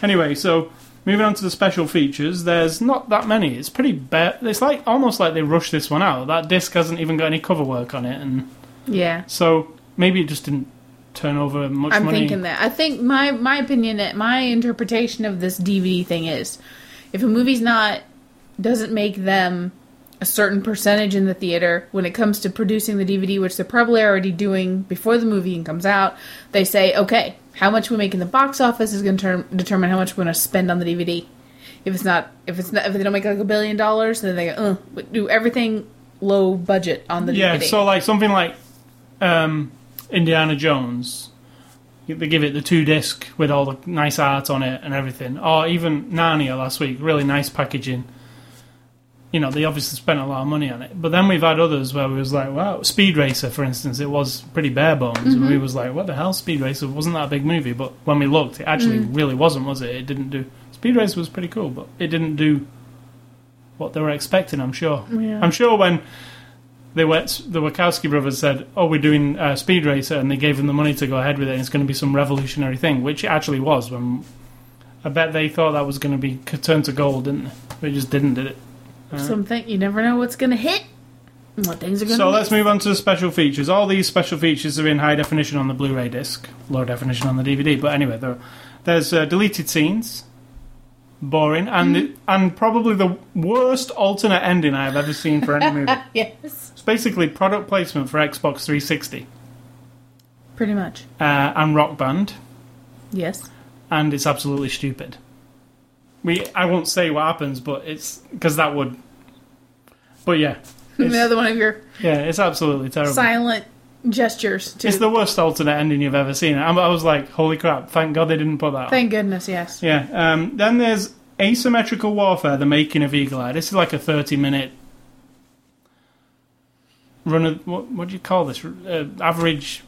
Anyway, so moving on to the special features, there's not that many. It's pretty bare. It's like almost like they rushed this one out. That disc hasn't even got any cover work on it, and Yeah. so maybe it just didn't turn over much I'm money. thinking that. I think my my opinion, my interpretation of this DVD thing is, if a movie's not doesn't make them a certain percentage in the theater when it comes to producing the DVD, which they're probably already doing before the movie even comes out, they say, okay, how much we make in the box office is going to determine how much we're going to spend on the DVD. If it's not, if it's not, if they don't make like a billion dollars, then they go, uh, we do everything low budget on the yeah, DVD. so like something like um, Indiana Jones. They give it the two disc with all the nice art on it and everything. Or even Narnia last week, really nice packaging. You know, they obviously spent a lot of money on it. But then we've had others where we was like, wow, Speed Racer, for instance, it was pretty bare bones. And we was like, what the hell, Speed Racer wasn't that a big movie. But when we looked, it actually really wasn't, was it? It didn't do. Speed Racer was pretty cool, but it didn't do what they were expecting, I'm sure. Yeah. I'm sure when they were, the Wachowski brothers said, "Oh, we're doing uh, Speed Racer," and they gave them the money to go ahead with it. and It's going to be some revolutionary thing, which it actually was. When I bet they thought that was going to be c- turned to gold, didn't they? But it just didn't, did it? something you never know what's going to hit, and what things are going to. So let's move on to the special features. All these special features are in high definition on the Blu-ray disc, low definition on the DVD. But anyway, there, there's uh, deleted scenes, boring, and and probably the worst alternate ending I have ever seen for any movie. Yes. It's basically product placement for Xbox 360 Pretty much. uh, and Rock Band. Yes. and it's absolutely stupid. We, I won't say what happens, but it's because that would. But yeah, it's, Another one of your yeah, it's absolutely terrible. silent gestures to It's the worst alternate ending you've ever seen. I, I was like, holy crap! Thank God they didn't put that. on. Thank goodness, yes. Yeah. Um, then there's Asymmetrical Warfare: The Making of Eagle Eye. This is like a thirty-minute run of what, what do you call this? Uh, average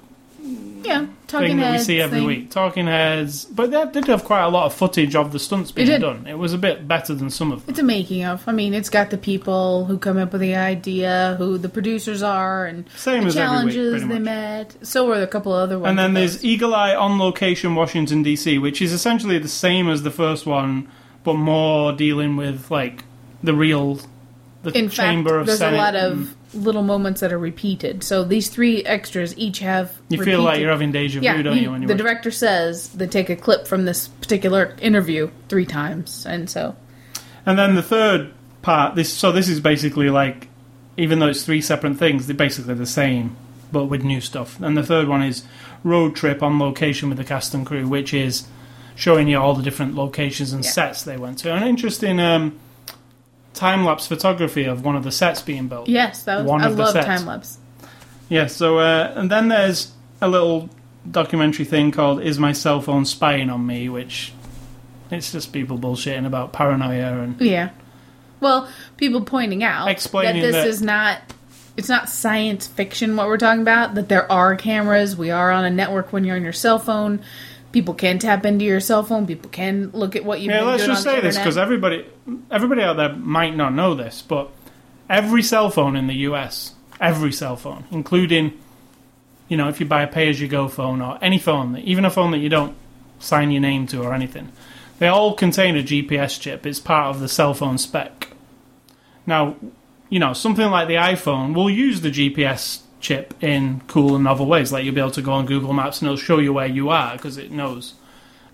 Yeah. Talking thing that we heads see every thing. week. Talking Heads, but they did have quite a lot of footage of the stunts being did. done. It was a bit better than some of them. It's a making of. I mean, it's got the people who come up with the idea, who the producers are, and Same the as every week, challenges pretty they much. met. So were a couple other ones. And then of there's those. Eagle Eye on location, Washington D.C., which is essentially the same as the first one, but more dealing with like the real, the in chamber fact, of there's Senate. Mm. a lot and of little moments that are repeated. So these three extras each have. you feel like repeated- you're having deja vu, Yeah, don't he- you? When you the watch- director says they take a clip from this particular interview three times, and so And then the third part, this so this is basically like, even though it's three separate things, they're basically the same, but with new stuff. And the third one is road trip on location with the cast and crew, which is showing you all the different locations and Yeah. sets they went to. An interesting um, time lapse photography of one of the sets being built. yes, that was One I of the love sets. time lapse. Yeah, so, uh, and then there's a little documentary thing called Is My Cell Phone Spying on Me, which It's just people bullshitting about paranoia and Yeah. Well, people pointing out Explaining that this that- is not it's not science fiction what we're talking about, that there are cameras, we are on a network when you're on your cell phone. People can tap into your cell phone, people can look at what you've Yeah, been let's doing just on say the this because internet. everybody, everybody out there might not know this, but every cell phone in the U.S., every cell phone, including, you know, if you buy a pay-as-you-go phone or any phone, even a phone that you don't sign your name to or anything, they all contain a GPS chip. It's part of the cell phone spec. Now, you know, something like the iPhone will use the GPS chip in cool and novel ways. Like you'll be able to go on Google Maps and it'll show you where you are because it knows.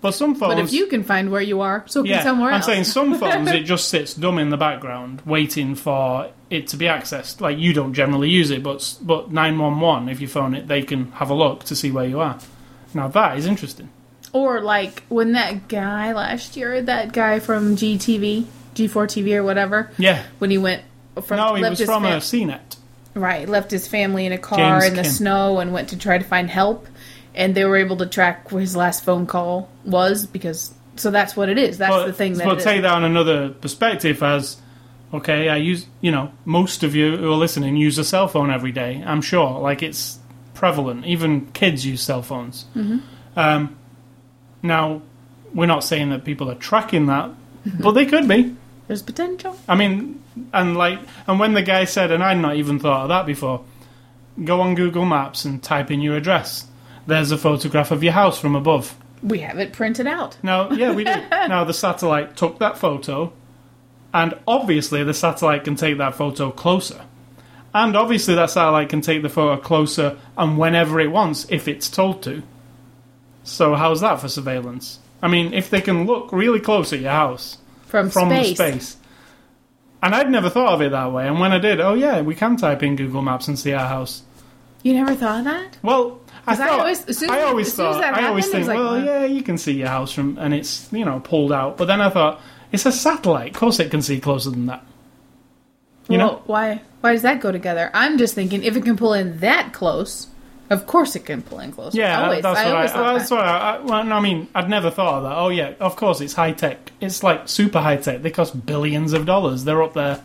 But some phones, But if you can find where you are, so can yeah, somewhere I'm else. saying some phones it just sits dumb in the background, waiting for it to be accessed. Like you don't generally use it, but s- but nine one one, if you phone it, they can have a look to see where you are. Now that is interesting. Or like when that guy last year, that guy from GTV, G4 TV or whatever, Yeah. when he went from No, he left was his from fam- a CNET. right left his family in a car James in the Kim. snow and went to try to find help, and they were able to track where his last phone call was because so that's what it is. That's But, the thing that but it is. take down another perspective as okay, I use you know most of you who are listening use a cell phone every day. I'm sure, like it's prevalent. Even kids use cell phones. Mm-hmm. Um, now, we're not saying that people are tracking that, but they could be. There's potential. I mean, and like, and when the guy said, and I'd not even thought of that before, go on Google Maps and type in your address. There's a photograph of your house from above. We have it printed out. Now, yeah, we do. now the satellite took that photo, and obviously the satellite can take that photo closer, and obviously that satellite can take the photo closer and whenever it wants if it's told to. So how's that for surveillance? I mean, if they can look really close at your house, From, from space. space. And I'd never thought of it that way. And when I did, oh yeah, we can type in Google Maps and see our house. You never thought of that? Well, I, 'Cause I thought, always- as soon as- I always as soon as thought, that I always happened, think, it's like, well, wow. yeah, you can see your house from, and it's you know pulled out. But then I thought, it's a satellite. Of course, it can see closer than that. You well, know, why why does that go together? I'm just thinking if it can pull in that close, of course it can pull in close. yeah, I always, that's I what always thought I. That's that. what I. I, well, no, I mean, I'd never thought of that. Oh yeah, of course, it's high tech. It's like super high tech. They cost billions of dollars. They're up there,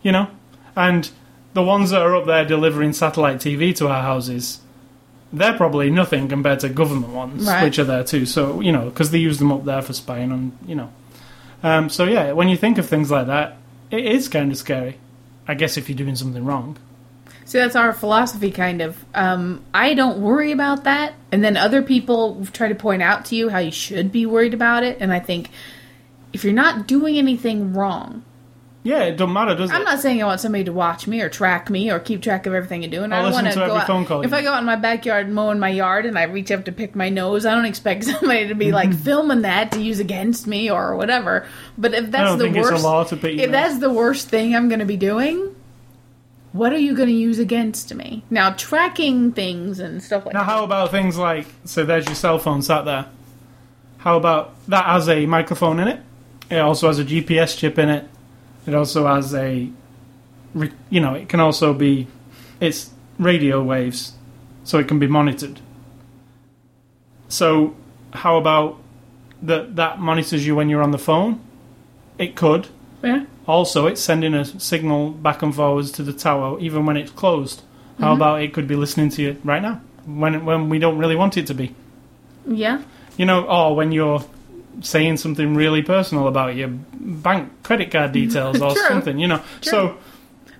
you know, and the ones that are up there delivering satellite TV to our houses. They're probably nothing compared to government ones, Right. which are there too. So you know, because they use them up there for spying on, you know, Um, so yeah, when you think of things like that, it is kind of scary. I guess if you're doing something wrong. See, that's our philosophy, kind of. Um, I don't worry about that, and then other people try to point out to you how you should be worried about it, and I think if you're not doing anything wrong, Yeah, it don't matter, does I'm it? not saying I want somebody to watch me or track me or keep track of everything I do, and Or I don't listen want to every go out. phone call if you I make. go out in my backyard mowing my yard and I reach up to pick my nose, I don't expect somebody to be like filming that to use against me or whatever. But if that's I don't the think worst, it's a law to pick you if up. that's the worst thing I'm going to be doing, what are you going to use against me? Now, tracking things and stuff like Now, that. how about things like so? There's your cell phone sat there. How about that has a microphone in it? It also has a GPS chip in it. It also has a, re- you know, it can also be, it's radio waves, so it can be monitored. So, how about that? That monitors you when you're on the phone. It could. Yeah. Also, it's sending a signal back and forwards to the tower, even when it's closed. How Mm-hmm. about it could be listening to you right now, when when we don't really want it to be, yeah, you know, or when you're saying something really personal about your bank credit card details or True. something, you know. So,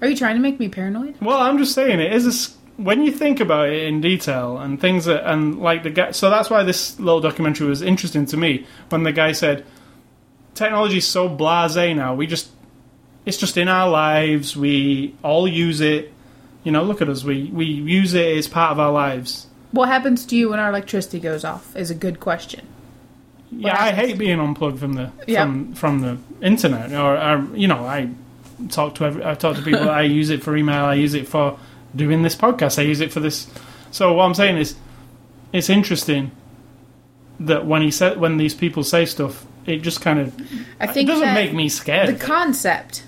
Are you trying to make me paranoid? well, I'm just saying it is a s when you think about it in detail and things that and like the guy. So that's why this little documentary was interesting to me when the guy said, "Technology's so blasé now. We just it's just in our lives. We all use it. You know, look at us. We we use it. It's part of our lives. What happens to you when our electricity goes off? Is a good question. yeah, I happens? hate being unplugged from the Yeah. from from the internet. Or I, you know, I talk to every, I talk to people. I use it for email. I use it for doing this podcast. I use it for this. So what I'm saying is, it's interesting that when he said when these people say stuff, it just kind of I it think doesn't that- make me scared. the concept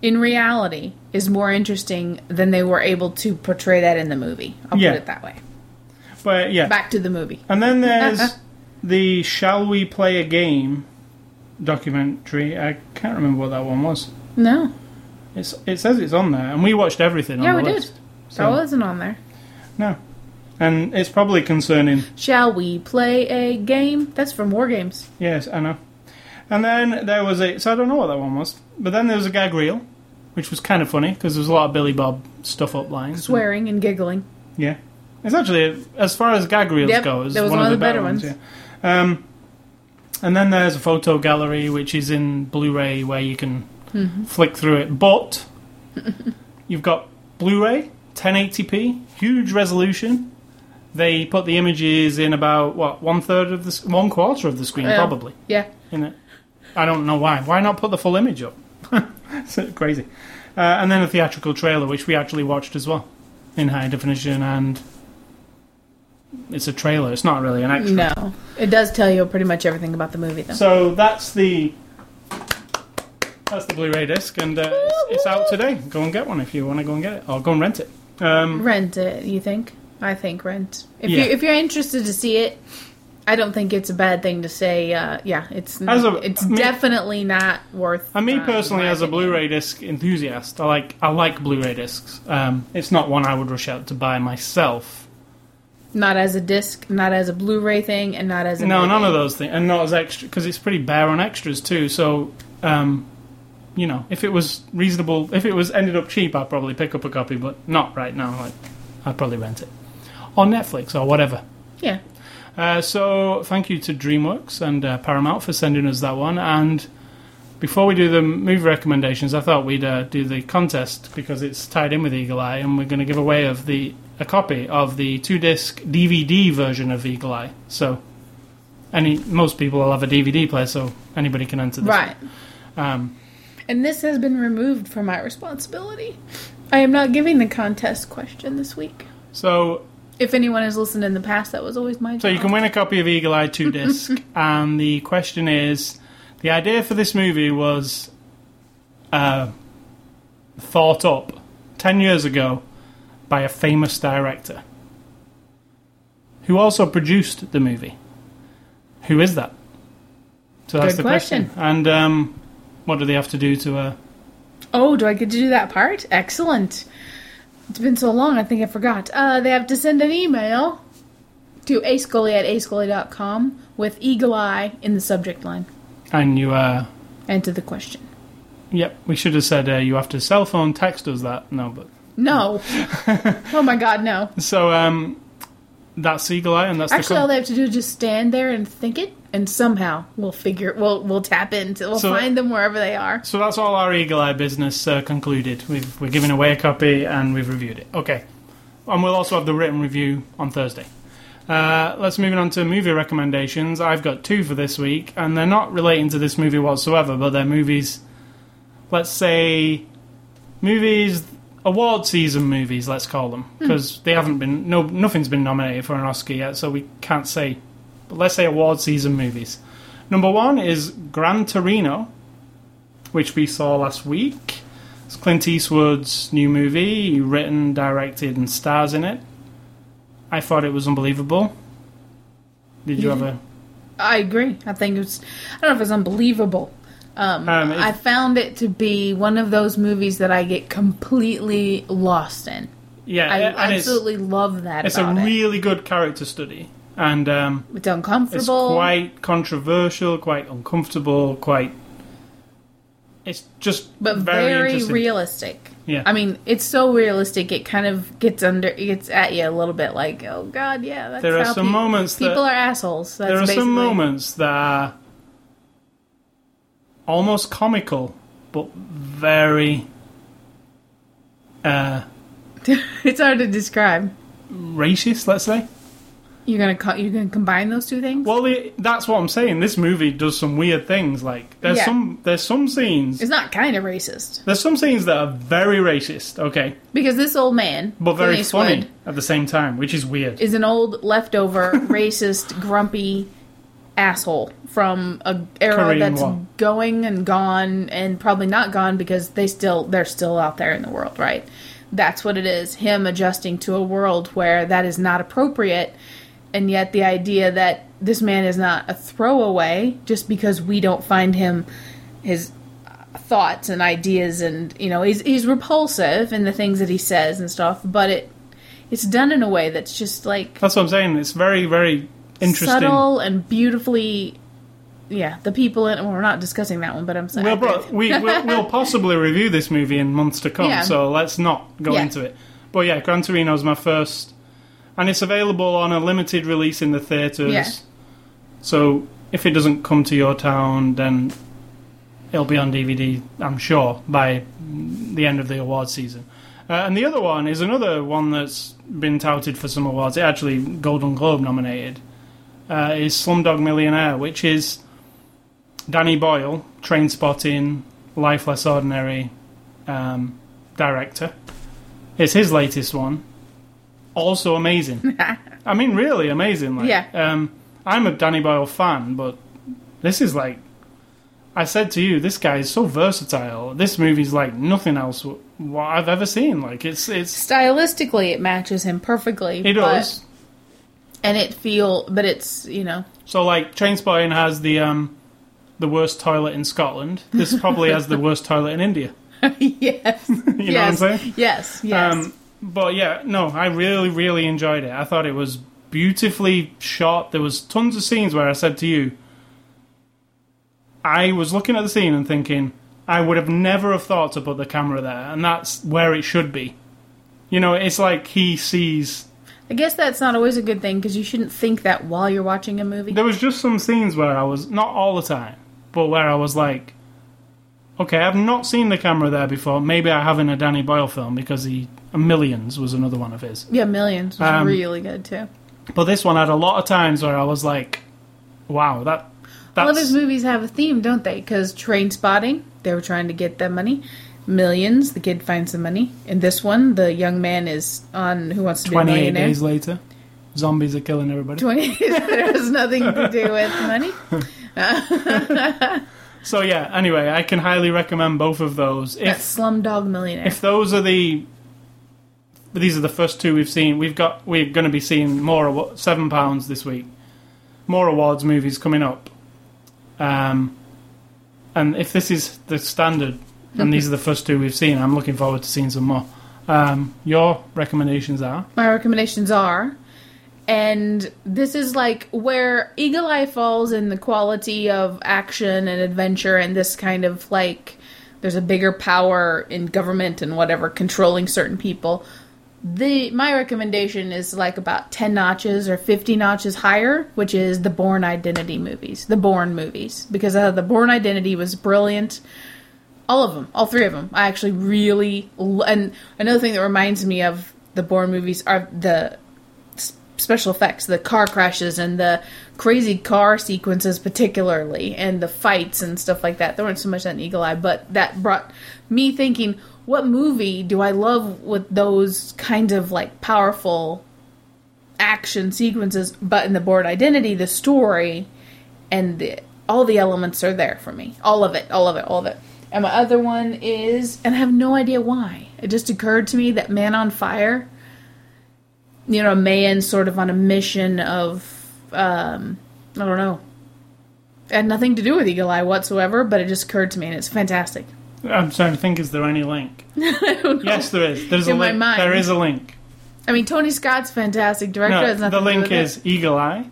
in reality is more interesting than they were able to portray that in the movie. I'll Yeah. put it that way. but yeah, Back to the movie. and then there's the shall we play a game documentary. I can't remember what that one was. No, It's, it says it's on there, and we watched everything Yeah, on the we did. list. that wasn't on there. No. And it's probably concerning. Shall we play a game? That's from War Games. Yes, I know. And then there was a. So I don't know what that one was. But then there was a gag reel, which was kind of funny because there was a lot of Billy Bob stuff up lines. Swearing and giggling. Yeah. It's actually, as far as gag reels Yep, go, it's that was one, of the, better, ones. yeah. um, and then there's a photo gallery, which is in Blu ray, where you can flick through it. But you've got Blu ray, 1080p, huge resolution. They put the images in about, what, one third of the, s- one quarter of the screen, Yeah. probably. Yeah. In it. I don't know why. Why not put the full image up? it's crazy. Uh, and then a theatrical trailer, which we actually watched as well in high definition, and it's a trailer. It's not really an extra. No, it does tell you pretty much everything about the movie, though. So that's the that's the Blu-ray disc, and uh, it's, it's out today. Go and get one if you want to go and get it, or go and rent it. Um, rent it, you think? I think rent. If Yeah. you if you're interested to see it, I don't think it's a bad thing to say. Uh, yeah, it's As a- it's me- definitely not worth. and me uh, personally, my as a opinion. Blu-ray disc enthusiast, I like I like Blu-ray discs. Um, it's not one I would rush out to buy myself. not as a disc, not as a Blu-ray thing, and not as a No, movie. none of those things, and not as extra because it's pretty bare on extras too. So, um, you know, if it was reasonable, if it was ended up cheap, I'd probably pick up a copy, but not right now. Like, I'd probably rent it on Netflix or whatever. Yeah, Uh, so, thank you to DreamWorks and uh, Paramount for sending us that one. And before we do the movie recommendations, I thought we'd uh, do the contest because it's tied in with Eagle Eye, and we're going to give away of the a copy of the two disc DVD version of Eagle Eye. So, any most people will have a DVD player, so anybody can enter this. right. Um, And this has been removed from my responsibility. I am not giving the contest question this week. so, If anyone has listened in the past, that was always my job. So you can win a copy of Eagle Eye 2 disc. and the question is the idea for this movie was uh, thought up 10 years ago by a famous director who also produced the movie. Who is that? So that's Good the question. question. And um, what do they have to do to. Uh, Oh, do I get to do that part? Excellent. It's been so long, I think I forgot. Uh, they have to send an email to ascully at ascully.com with eagle eye in the subject line. and you. Uh, and to the question. yep, we should have said uh, you have to cell phone text us that. No, but. No. oh my god, no. So um, that's Eagle Eye, and that's the. Actually, con- all they have to do is just stand there and think it, and somehow we'll figure, we'll we'll tap into, we'll So- find them wherever they are. So that's all our Eagle Eye business uh, concluded. We've, we're giving away a copy and we've reviewed it. Okay. And we'll also have the written review on Thursday. Uh, let's move on to movie recommendations. I've got two for this week, and they're not relating to this movie whatsoever, but they're movies, let's say, movies, award season movies, let's call them, because they haven't been, no, nothing's been nominated for an Oscar yet, so we can't say, but let's say award season movies. Number one is Gran Torino, which we saw last week. It's Clint Eastwood's new movie, written, directed, and stars in it. I thought it was unbelievable. Did you Yeah. have a? I agree. I think it's, I don't know if it's unbelievable. Um, Um, it's- I found it to be one of those movies that I get completely lost in. Yeah, I and it's, absolutely love that. it's a about it. really good character study, and um, It's it's uncomfortable. quite controversial, quite uncomfortable, quite. It's just but very, very, interesting. realistic. Yeah. I mean, it's so realistic. It kind of gets under, it gets at you a little bit. Like, oh god, yeah. That's There are how some peop- moments that- people are assholes. That's there are basically- some moments that are almost comical, but very uh, it's hard to describe. racist. Let's say. You're gonna co- you're gonna combine those two things. Well, it, that's what I'm saying. This movie does some weird things. Like there's Yeah. some there's some scenes it's not kind of racist there's some scenes that are very racist. Okay, because this old man, but very Clint Eastwood, funny at the same time, which is weird. is an old leftover racist grumpy asshole from a era Korean that's War. going and gone and probably not gone because they still they're still out there in the world right that's what it is him adjusting to a world where that is not appropriate and yet the idea that this man is not a throwaway just because we don't find him his uh, thoughts and ideas and you know he's he's repulsive in the things that he says and stuff but it it's done in a way that's just like That's what I'm saying. It's very, very interesting. subtle and beautifully yeah the people in well, we're not discussing that one but i'm sorry We'll, bro- we, we'll, we'll possibly review this movie in months to come, Yeah. so let's not go Yeah. into it. But yeah, Gran Torino's my first, and it's available on a limited release in the theaters. Yeah. So if it doesn't come to your town, then it'll be on DVD, I'm sure, by the end of the award season. Uh, and the other one is another one that's been touted for some awards. It actually Golden Globe nominated uh, is Slumdog Millionaire, which is Danny Boyle, Train Spotting, Life Less Ordinary um, director. It's his latest one. Also amazing. I mean, really amazing. Like, Yeah. Um, I'm a Danny Boyle fan, but this is like. I said to you, this guy is so versatile. This movie's like nothing else w- what I've ever seen. Like it's it's stylistically it matches him perfectly it but- does. and it feel but it's you know So like Trainspotting has the um the worst toilet in Scotland. This probably has the worst toilet in India. yes You know yes. what I'm saying? yes yes Um but yeah, no, I really really enjoyed it. I thought it was beautifully shot. There was tons of scenes where I said to you I was looking at the scene and thinking I would have never have thought to put the camera there and that's where it should be. You know, it's like he sees i guess that's not always a good thing because you shouldn't think that while you're watching a movie There was just some scenes where I was not all the time, but where I was like, okay, I've not seen the camera there before. Maybe I have in a Danny Boyle film because he Millions was another one of his. yeah millions was Um, really good too But this one had a lot of times where I was like, wow, that all of his that's movies have a theme don't they because train spotting they were trying to get that money millions the kid finds the money in this one the young man is on who wants to be a 28 millionaire days later. Zombies are killing everybody. 20 there has nothing to do with money So yeah, anyway, I can highly recommend both of those. If that's slumdog millionaire if those are the these are the first two we've seen we've got we're going to be seeing more awa- seven pounds this week more awards movies coming up um, and if this is the standard and these are the first two we've seen i'm looking forward to seeing some more um, your recommendations are my recommendations are and this is like where eagle eye falls in the quality of action and adventure and this kind of like there's a bigger power in government and whatever controlling certain people the my recommendation is like about 10 notches or 50 notches higher which is the born identity movies the born movies because uh, the born identity was brilliant all of them all three of them i actually really l- and another thing that reminds me of the born movies are the s- special effects the car crashes and the crazy car sequences particularly and the fights and stuff like that there weren't so much on eagle eye but that brought me thinking what movie do i love with those kinds of like powerful action sequences but in the born identity the story and the, all the elements are there for me. All of it, all of it, all of it. And my other one is, and I have no idea why. It just occurred to me that Man on Fire, you know, Mayan sort of on a mission of, um, I don't know, it had nothing to do with Eagle Eye whatsoever, but it just occurred to me, and it's fantastic. i'm trying to think is there any link yes there is there's a In my link mind. there is a link I mean, Tony Scott's fantastic director. no, has nothing the to do link with it. is eagle eye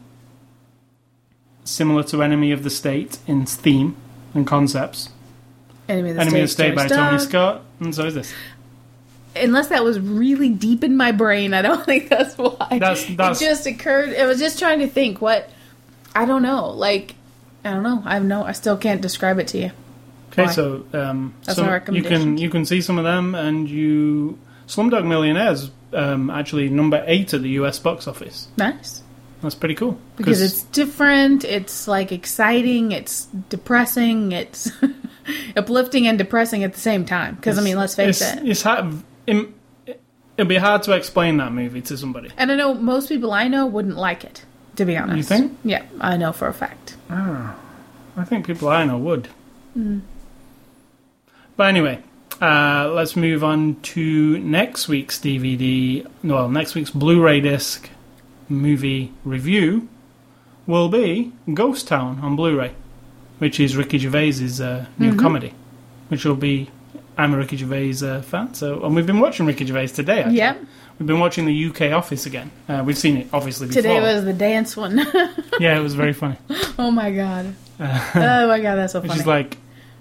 similar to enemy of the state in theme and concepts Enemy of the Enemy of the State by State Tony Scott, and so is this. unless that was really deep in my brain, I don't think that's why. That's- that's- It just occurred. I was just trying to think what. I don't know. Like, I don't know. I have no. I still can't describe it to you. Okay, Why? so um, That's some- my you can recommendation. you can see some of them, and you Slumdog Millionaire's um, actually number eight at the U.S. box office. Nice That's pretty cool because it's different. It's like exciting. It's depressing. It's uplifting and depressing at the same time. Because I mean, let's face it's, it. It's hard, im- it'd be hard to explain that movie to somebody. And I know most people I know wouldn't like it. To be honest, think? Yeah, I know for a fact. I think people I know would. But anyway, uh, let's move on to next week's DVD. Well, next week's Blu-ray disc movie review will be Ghost Town on Blu-ray, which is Ricky Gervais's uh, new Mm-hmm. comedy, which will be. I'm a Ricky Gervais uh, fan, so and we've been watching Ricky Gervais today. Actually. Yep. We've been watching the UK Office again. Uh, we've seen it obviously before. Today was the dance one. yeah, it was very funny. oh my god. oh my god, that's so Which funny. is like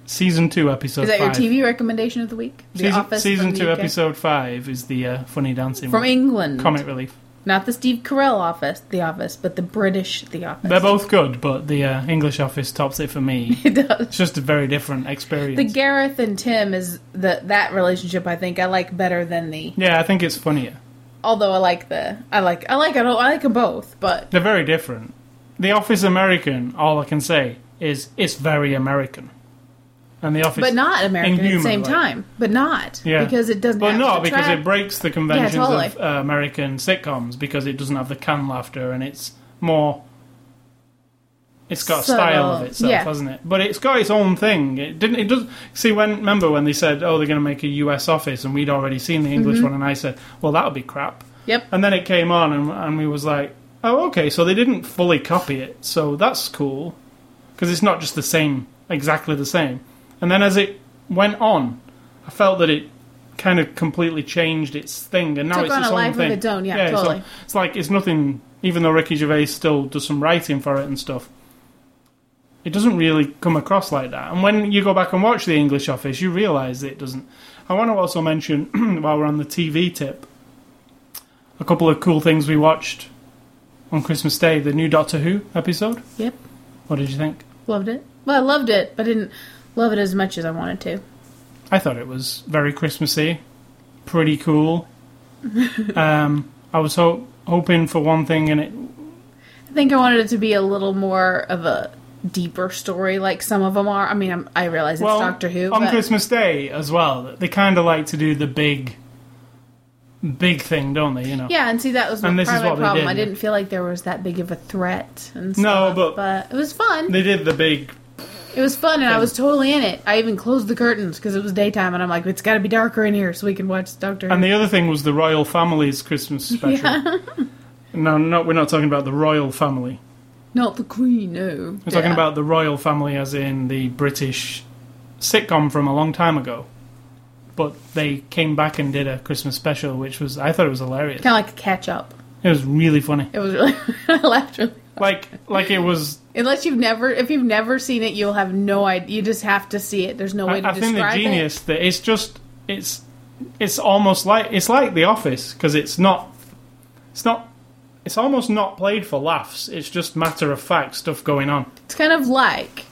season two, episode. is that your five. TV recommendation of the week? The season, Office season from the two, UK? episode five is the uh, funny dancing from one. England. comic relief. Not the Steve Carell office, The Office, but the British The Office. They're both good, but the uh, English Office tops it for me. it does. It's just a very different The experience. Gareth and Tim is the that relationship I think I like better than the yeah, I think it's funnier. although I like the I like I like I don't I like them both, but They're very different. The Office American. All I can say is it's very American, and the Office, but not American at the inhuman, same like- time. But not Yeah. because it doesn't. But have no, the because trap. it breaks the conventions totally. of uh, American sitcoms because it doesn't have the can laughter and it's more. It's got a style of Subtle. itself, Yeah. hasn't it? But it's got its own thing. It didn't. It does. See, when remember when they said, "Oh, they're going to make a U.S. office," and we'd already seen the Mm-hmm. English one, and I said, "Well, that would be crap." Yep. And then it came on, and, and we was like, "Oh, okay." So they didn't fully copy it, so that's cool because it's not just the same, exactly the same. And then as it went on, I felt that it kind of completely changed its thing, and now Took it's on its a own life of thing. its own, yeah, it's totally. like- It's, like it's nothing. Even though Ricky Gervais still does some writing for it and stuff, it doesn't really come across like that. And when you go back and watch The English Office, you realise it doesn't. I want to also mention while we're on the TV tip, a couple of cool things we watched on Christmas Day: the new Doctor Who episode. Yep. What did you think? Loved it. Well, I loved it, but I didn't love it as much as I wanted to. I thought it was very Christmassy, pretty cool. um, I was ho- hoping for one thing, and it I think I wanted it to be a little more of a deeper story, like some of them are. I mean, I'm, I realize it's well Doctor Who, on but Christmas Day as well. They kind of like to do the big, big thing, don't they? You know. yeah, and see, that was my, And this is part of my what they problem. did. I didn't feel like there was that big of a threat, and No, stuff, but- but it was fun. They did the big. It was fun, and I was totally in it. I even closed the curtains because it was daytime, and I'm like, it's got to be darker in here so we can watch Doctor. And Who. the other thing was the royal family's Christmas special. No, no, we're not talking about the royal family. Not the Queen, no. We're talking Yeah. about the royal family, as in the British sitcom from a long time ago. But they came back and did a Christmas special, which was I thought it was hilarious. kind of like a catch up. It was really funny. It was really I laughed really. Like like it was. Unless you've never, if you've never seen it, you'll have no idea. You just have to see it. There's no way I, to I think the describe it. genius that it's just it's it's almost like it's like The Office because it's not it's not it's almost not played for laughs. It's just matter of fact stuff going on. It's kind of like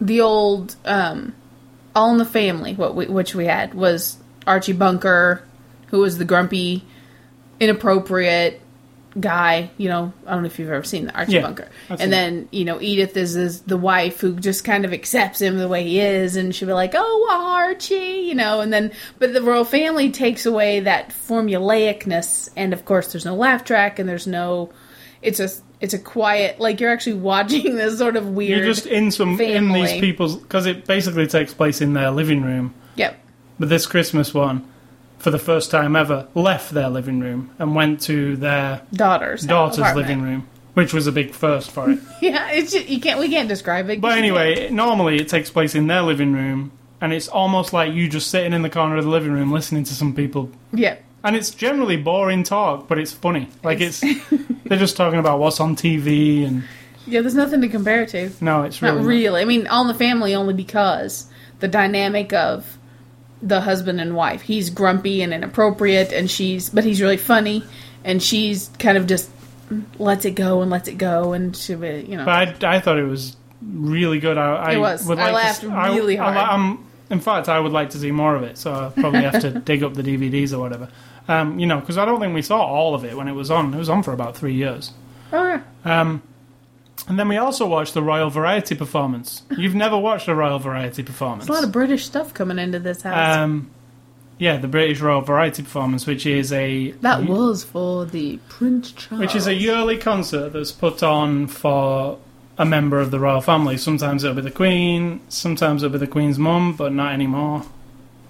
the old um, All in the Family, what we, which we had was Archie Bunker, who was the grumpy, inappropriate guy. You know, I don't know if you've ever seen the Archie Yeah, Bunker. I've seen And then you know Edith is, is the wife who just kind of accepts him the way he is, and she'll be like, "Oh, Archie," you know. And then, but the royal family takes away that formulaicness, and of course, there's no laugh track, and there's no. It's a it's a quiet like you're actually watching this sort of weird. You're just in some in family. these people's because it basically takes place in their living room. Yep. But this Christmas one, for the first time ever, left their living room and went to their daughter's daughter's apartment. living room, which was a big first for it. Yeah, it's just, you can't we can't describe it. But anyway, normally it takes place in their living room, and it's almost like you just sitting in the corner of the living room listening to some people. yeah, And it's generally boring talk, but it's funny. Like it's, they're just talking about what's on TV, and yeah, there's nothing to compare it to. no, it's really Not really. I mean, All in the Family only because the dynamic of the husband and wife. He's grumpy and inappropriate, and she's but he's really funny, and she's kind of just lets it go and lets it go, and she, you know, But I, I thought it was really good. I, I It was. Would I like laughed to, s- I- really I, hard. am in fact, I would like to see more of it, so I'll probably have to dig up the DVDs or whatever. Um, you know, because I don't think we saw all of it when it was on. It was on for about three years. oh, yeah. And then we also watched the Royal Variety performance. You've never watched a Royal Variety performance. there's a lot of British stuff coming into this house. um, yeah, the British Royal Variety performance, which is a that was for the Prince Charles, which is a yearly concert that's put on for a member of the royal family. Sometimes it'll be the Queen, sometimes it'll be the Queen's mum, but not anymore.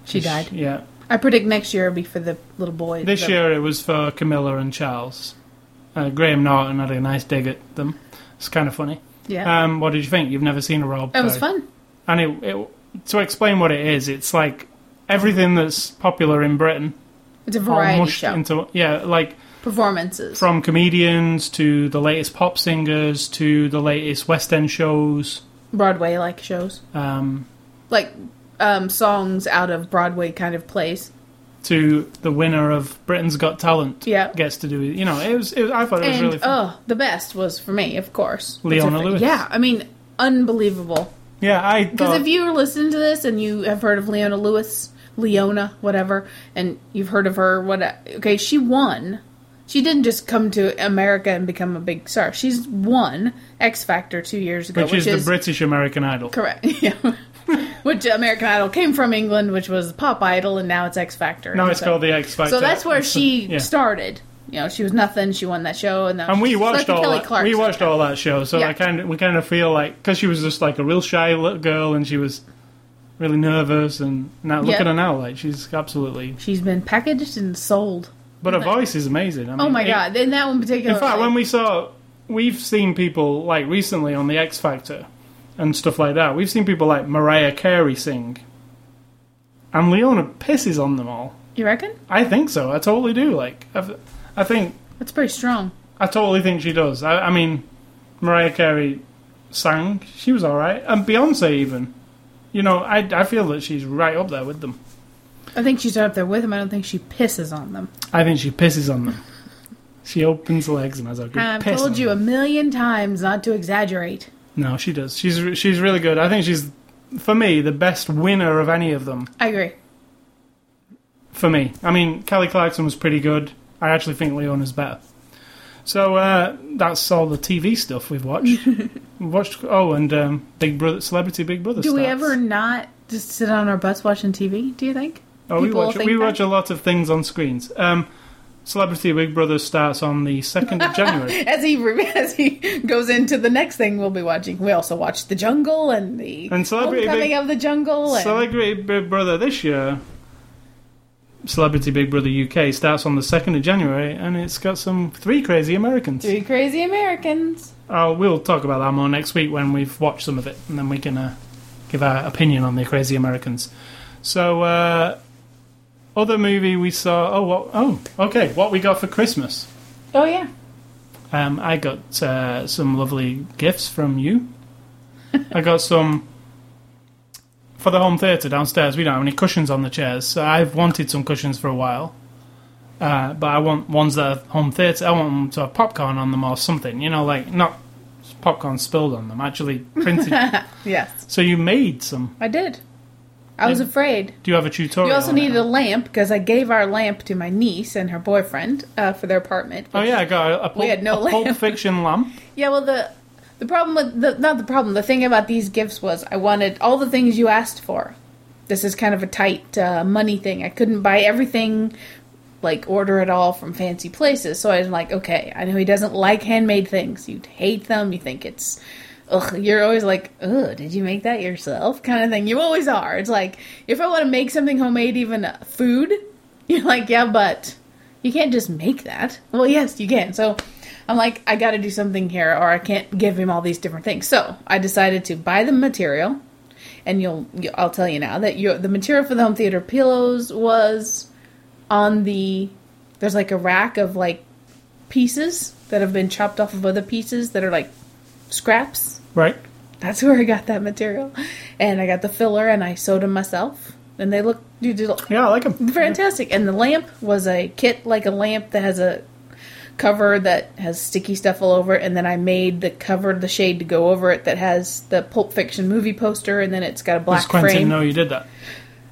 she died. Yeah. I predict next year will be for the little boy. This the- year it was for Camilla and Charles. Uh, Graham Norton had a nice dig at them. It's kind of funny. Yeah. Um, what did you think? You've never seen a roll it was play. fun. And it, it to explain what it is, it's like everything that's popular in Britain It's a all variety mushed show. into yeah, like Performances. from comedians to the latest pop singers to the latest West End shows. Broadway like shows. Um, Like um, songs out of Broadway kind of plays. to the winner of Britain's Got Talent Yeah. gets to do it. You know, it was, it was I thought it was and really fun. oh, the best was for me, of course. Leona What's her- Lewis. Yeah, I mean, unbelievable. yeah, I Because thought if you are listening to this and you have heard of Leona Lewis, Leona, whatever, and you've heard of her, what? Okay, she won. She didn't just come to America and become a big star. She's won X Factor two years ago, which, is, the British American Idol. correct. Yeah. which American Idol came from England, which was Pop Idol, and now it's X Factor. Now it's So- called the X Factor. So that's where she Yeah. started. You know, she was nothing. She won that show, and that And we she's watched like a all Kelly that, Clarkson. we watched all that show, so Yeah. I kind of we kind of feel like because she was just like a real shy little girl and she was really nervous and now look Yeah. at her now like she's absolutely. She's been packaged and sold. But her voice is amazing. I mean, Oh my it- god! And that one particular. In fact, when we saw, we've seen people like recently on the X Factor and stuff like that. We've seen people like Mariah Carey sing, and Leona pisses on them all. you reckon I think so. I totally do. Like, I've, I think that's pretty strong. I totally think she does. I, I mean, Mariah Carey sang; she was all right, and Beyonce even. You know, I, I feel that she's right up there with them. I think she's up there with them. I don't think she pisses on them. I think she pisses on them. She opens her legs and has a good I've piss. told on you a million times not to exaggerate. No, she does. She's re- she's really good. I think she's for me the best winner of any of them. I agree. For me, I mean, Kelly Clarkson was pretty good. I actually think Leona's better. So uh, that's all the TV stuff we've watched. we watched oh, and um, Big Brother, Celebrity Big Brother. Do we starts. ever not just sit on our butts watching TV? Do you think? Oh, we people watch think we that? watch a lot of things on screens. Um, Celebrity Big Brother starts on the second of January. As he as he goes into the next thing we'll be watching, we also watch The Jungle and the And Celebrity Homecoming Big- of the Jungle. And, Celebrity Big Brother this year. Celebrity Big Brother UK starts on the second of January, and it's got some three crazy Americans. Three Crazy Americans. Oh, we'll talk about that more next week when we've watched some of it, and then we can uh, give our opinion on the Crazy Americans. So, uh, other movie we saw. Oh, what, oh, okay. What we got for Christmas? Oh yeah, Um, I got uh, some lovely gifts from you. I got some for the home theatre downstairs. We don't have any cushions on the chairs, so I've wanted some cushions for a while. Uh, but I want ones that are home theatre. I want them to have popcorn on them or something. You know, like not popcorn spilled on them. Actually printed. yes, so you made some. I did. I was afraid. Do you have a tutorial? You also on it? needed a lamp because I gave our lamp to my niece and her boyfriend uh, for their apartment. Oh yeah, I got a, a pulp, had no a Pulp lamp. Fiction lamp. Yeah, well the the problem with the not the problem. The thing about these gifts was I wanted all the things you asked for. This is kind of a tight uh, money thing. I couldn't buy everything, like order it all from fancy places. So I was like, okay, I know he doesn't like handmade things. You hate them. You think it's. Ugh, you're always like, ugh, did you make that yourself? Kind of thing. You always are. It's like, if I want to make something homemade, even uh, food, you're like, yeah, but you can't just make that. Well, yes, you can. So I'm like, I got to do something here, or I can't give him all these different things. So I decided to buy the material, and you'll, you, I'll tell you now that you, the material for the home theater pillows was on the there's like a rack of like pieces that have been chopped off of other pieces that are like scraps. Right. That's where I got that material, and I got the filler, and I sewed them myself, and they look you did Yeah, I like them. fantastic. And the lamp was a kit like a lamp that has a cover that has sticky stuff all over it, and then I made the cover, the shade to go over it that has the Pulp Fiction movie poster, and then it's got a Does black Quentin frame. know you did that?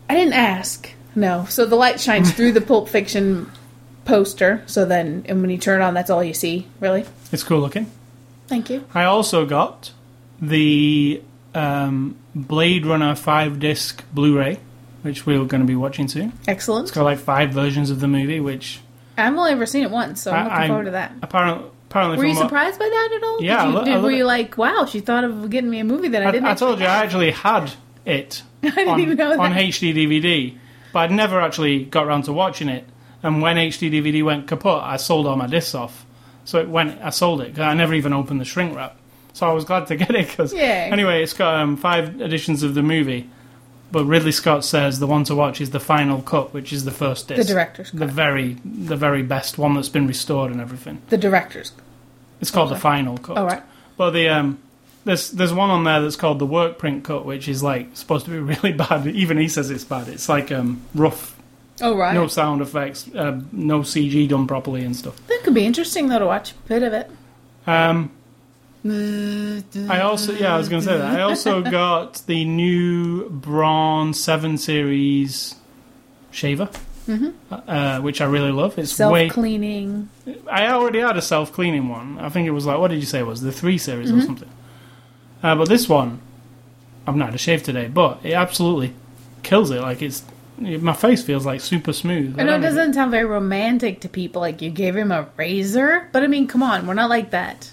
I didn't ask. No. So the light shines through the Pulp Fiction poster. So then, and when you turn it on, that's all you see. Really. It's cool looking. Thank you. I also got the um, Blade Runner 5 disc Blu ray, which we're going to be watching soon. Excellent. It's got like five versions of the movie, which I've only ever seen it once, so I'm looking I- I'm- forward to that. apparent, apparently. Were you from what- surprised by that at all? Yeah, Did I you, lo- did, I were lo- you like, wow, she thought of getting me a movie that I, didn't? I, I actually told you, I actually had it didn't on, even know that. on HD DVD, but I'd never actually got around to watching it. And when HD DVD went kaput, I sold all my discs off. So it went. I sold it. 'cause I never even opened the shrink wrap. So I was glad to get it because Yeah. anyway, it's got um, five editions of the movie. But Ridley Scott says the one to watch is the final cut, which is the first The disc, director's the cut. very, the very best one that's been restored and everything. The director's. It's called the final cut. All right. But the um, there's there's one on there that's called the work print cut, which is like supposed to be really bad. Even he says it's bad. It's like um, rough, All right. no sound effects, uh, no CG done properly and stuff. That could be interesting though to watch a bit of it. Uh, Um, I also yeah, I was going to say that. I also got the new Braun Seven Series shaver, mm-hmm. uh, which I really love. It's Self way cleaning. I already had a self cleaning one. I think it was like what did you say it was the three series Mm-hmm. or something. Uh, but this one, I've not had a shave today, but it absolutely kills it. Like it's my face feels like super smooth. I know it don't even- doesn't sound very romantic to people. Like you gave him a razor, but I mean, come on, we're not like that.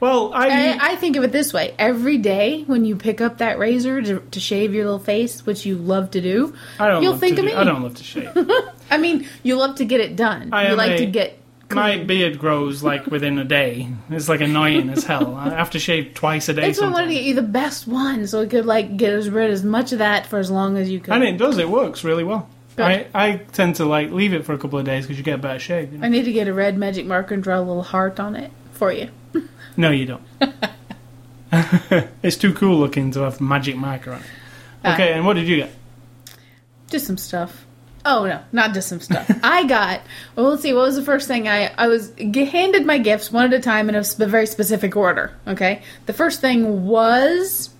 Well, I, I, I think of it this way: every day when you pick up that razor to, to shave your little face, which you love to do, I don't you'll love think to of do- me. I don't love to shave. I mean, you love to get it done. I you am like a- to get. My beard grows like within a day. It's like annoying as hell. I have to shave twice a day. It's why I wanted to sometimes. get you the best one, so it could like get as rid as much of that for as long as you could. And it does. It works really well. Good. I, I tend to like leave it for a couple of days because you get a better shave. You know? I need to get a red magic marker and draw a little heart on it for you. No, you don't. it's too cool looking to have magic marker on it. Ah. Okay, and what did you get? Just some stuff. Oh no, not just some stuff. I got. Well, let's see. What was the first thing I I was g- handed my gifts one at a time in a sp- very specific order. Okay, the first thing was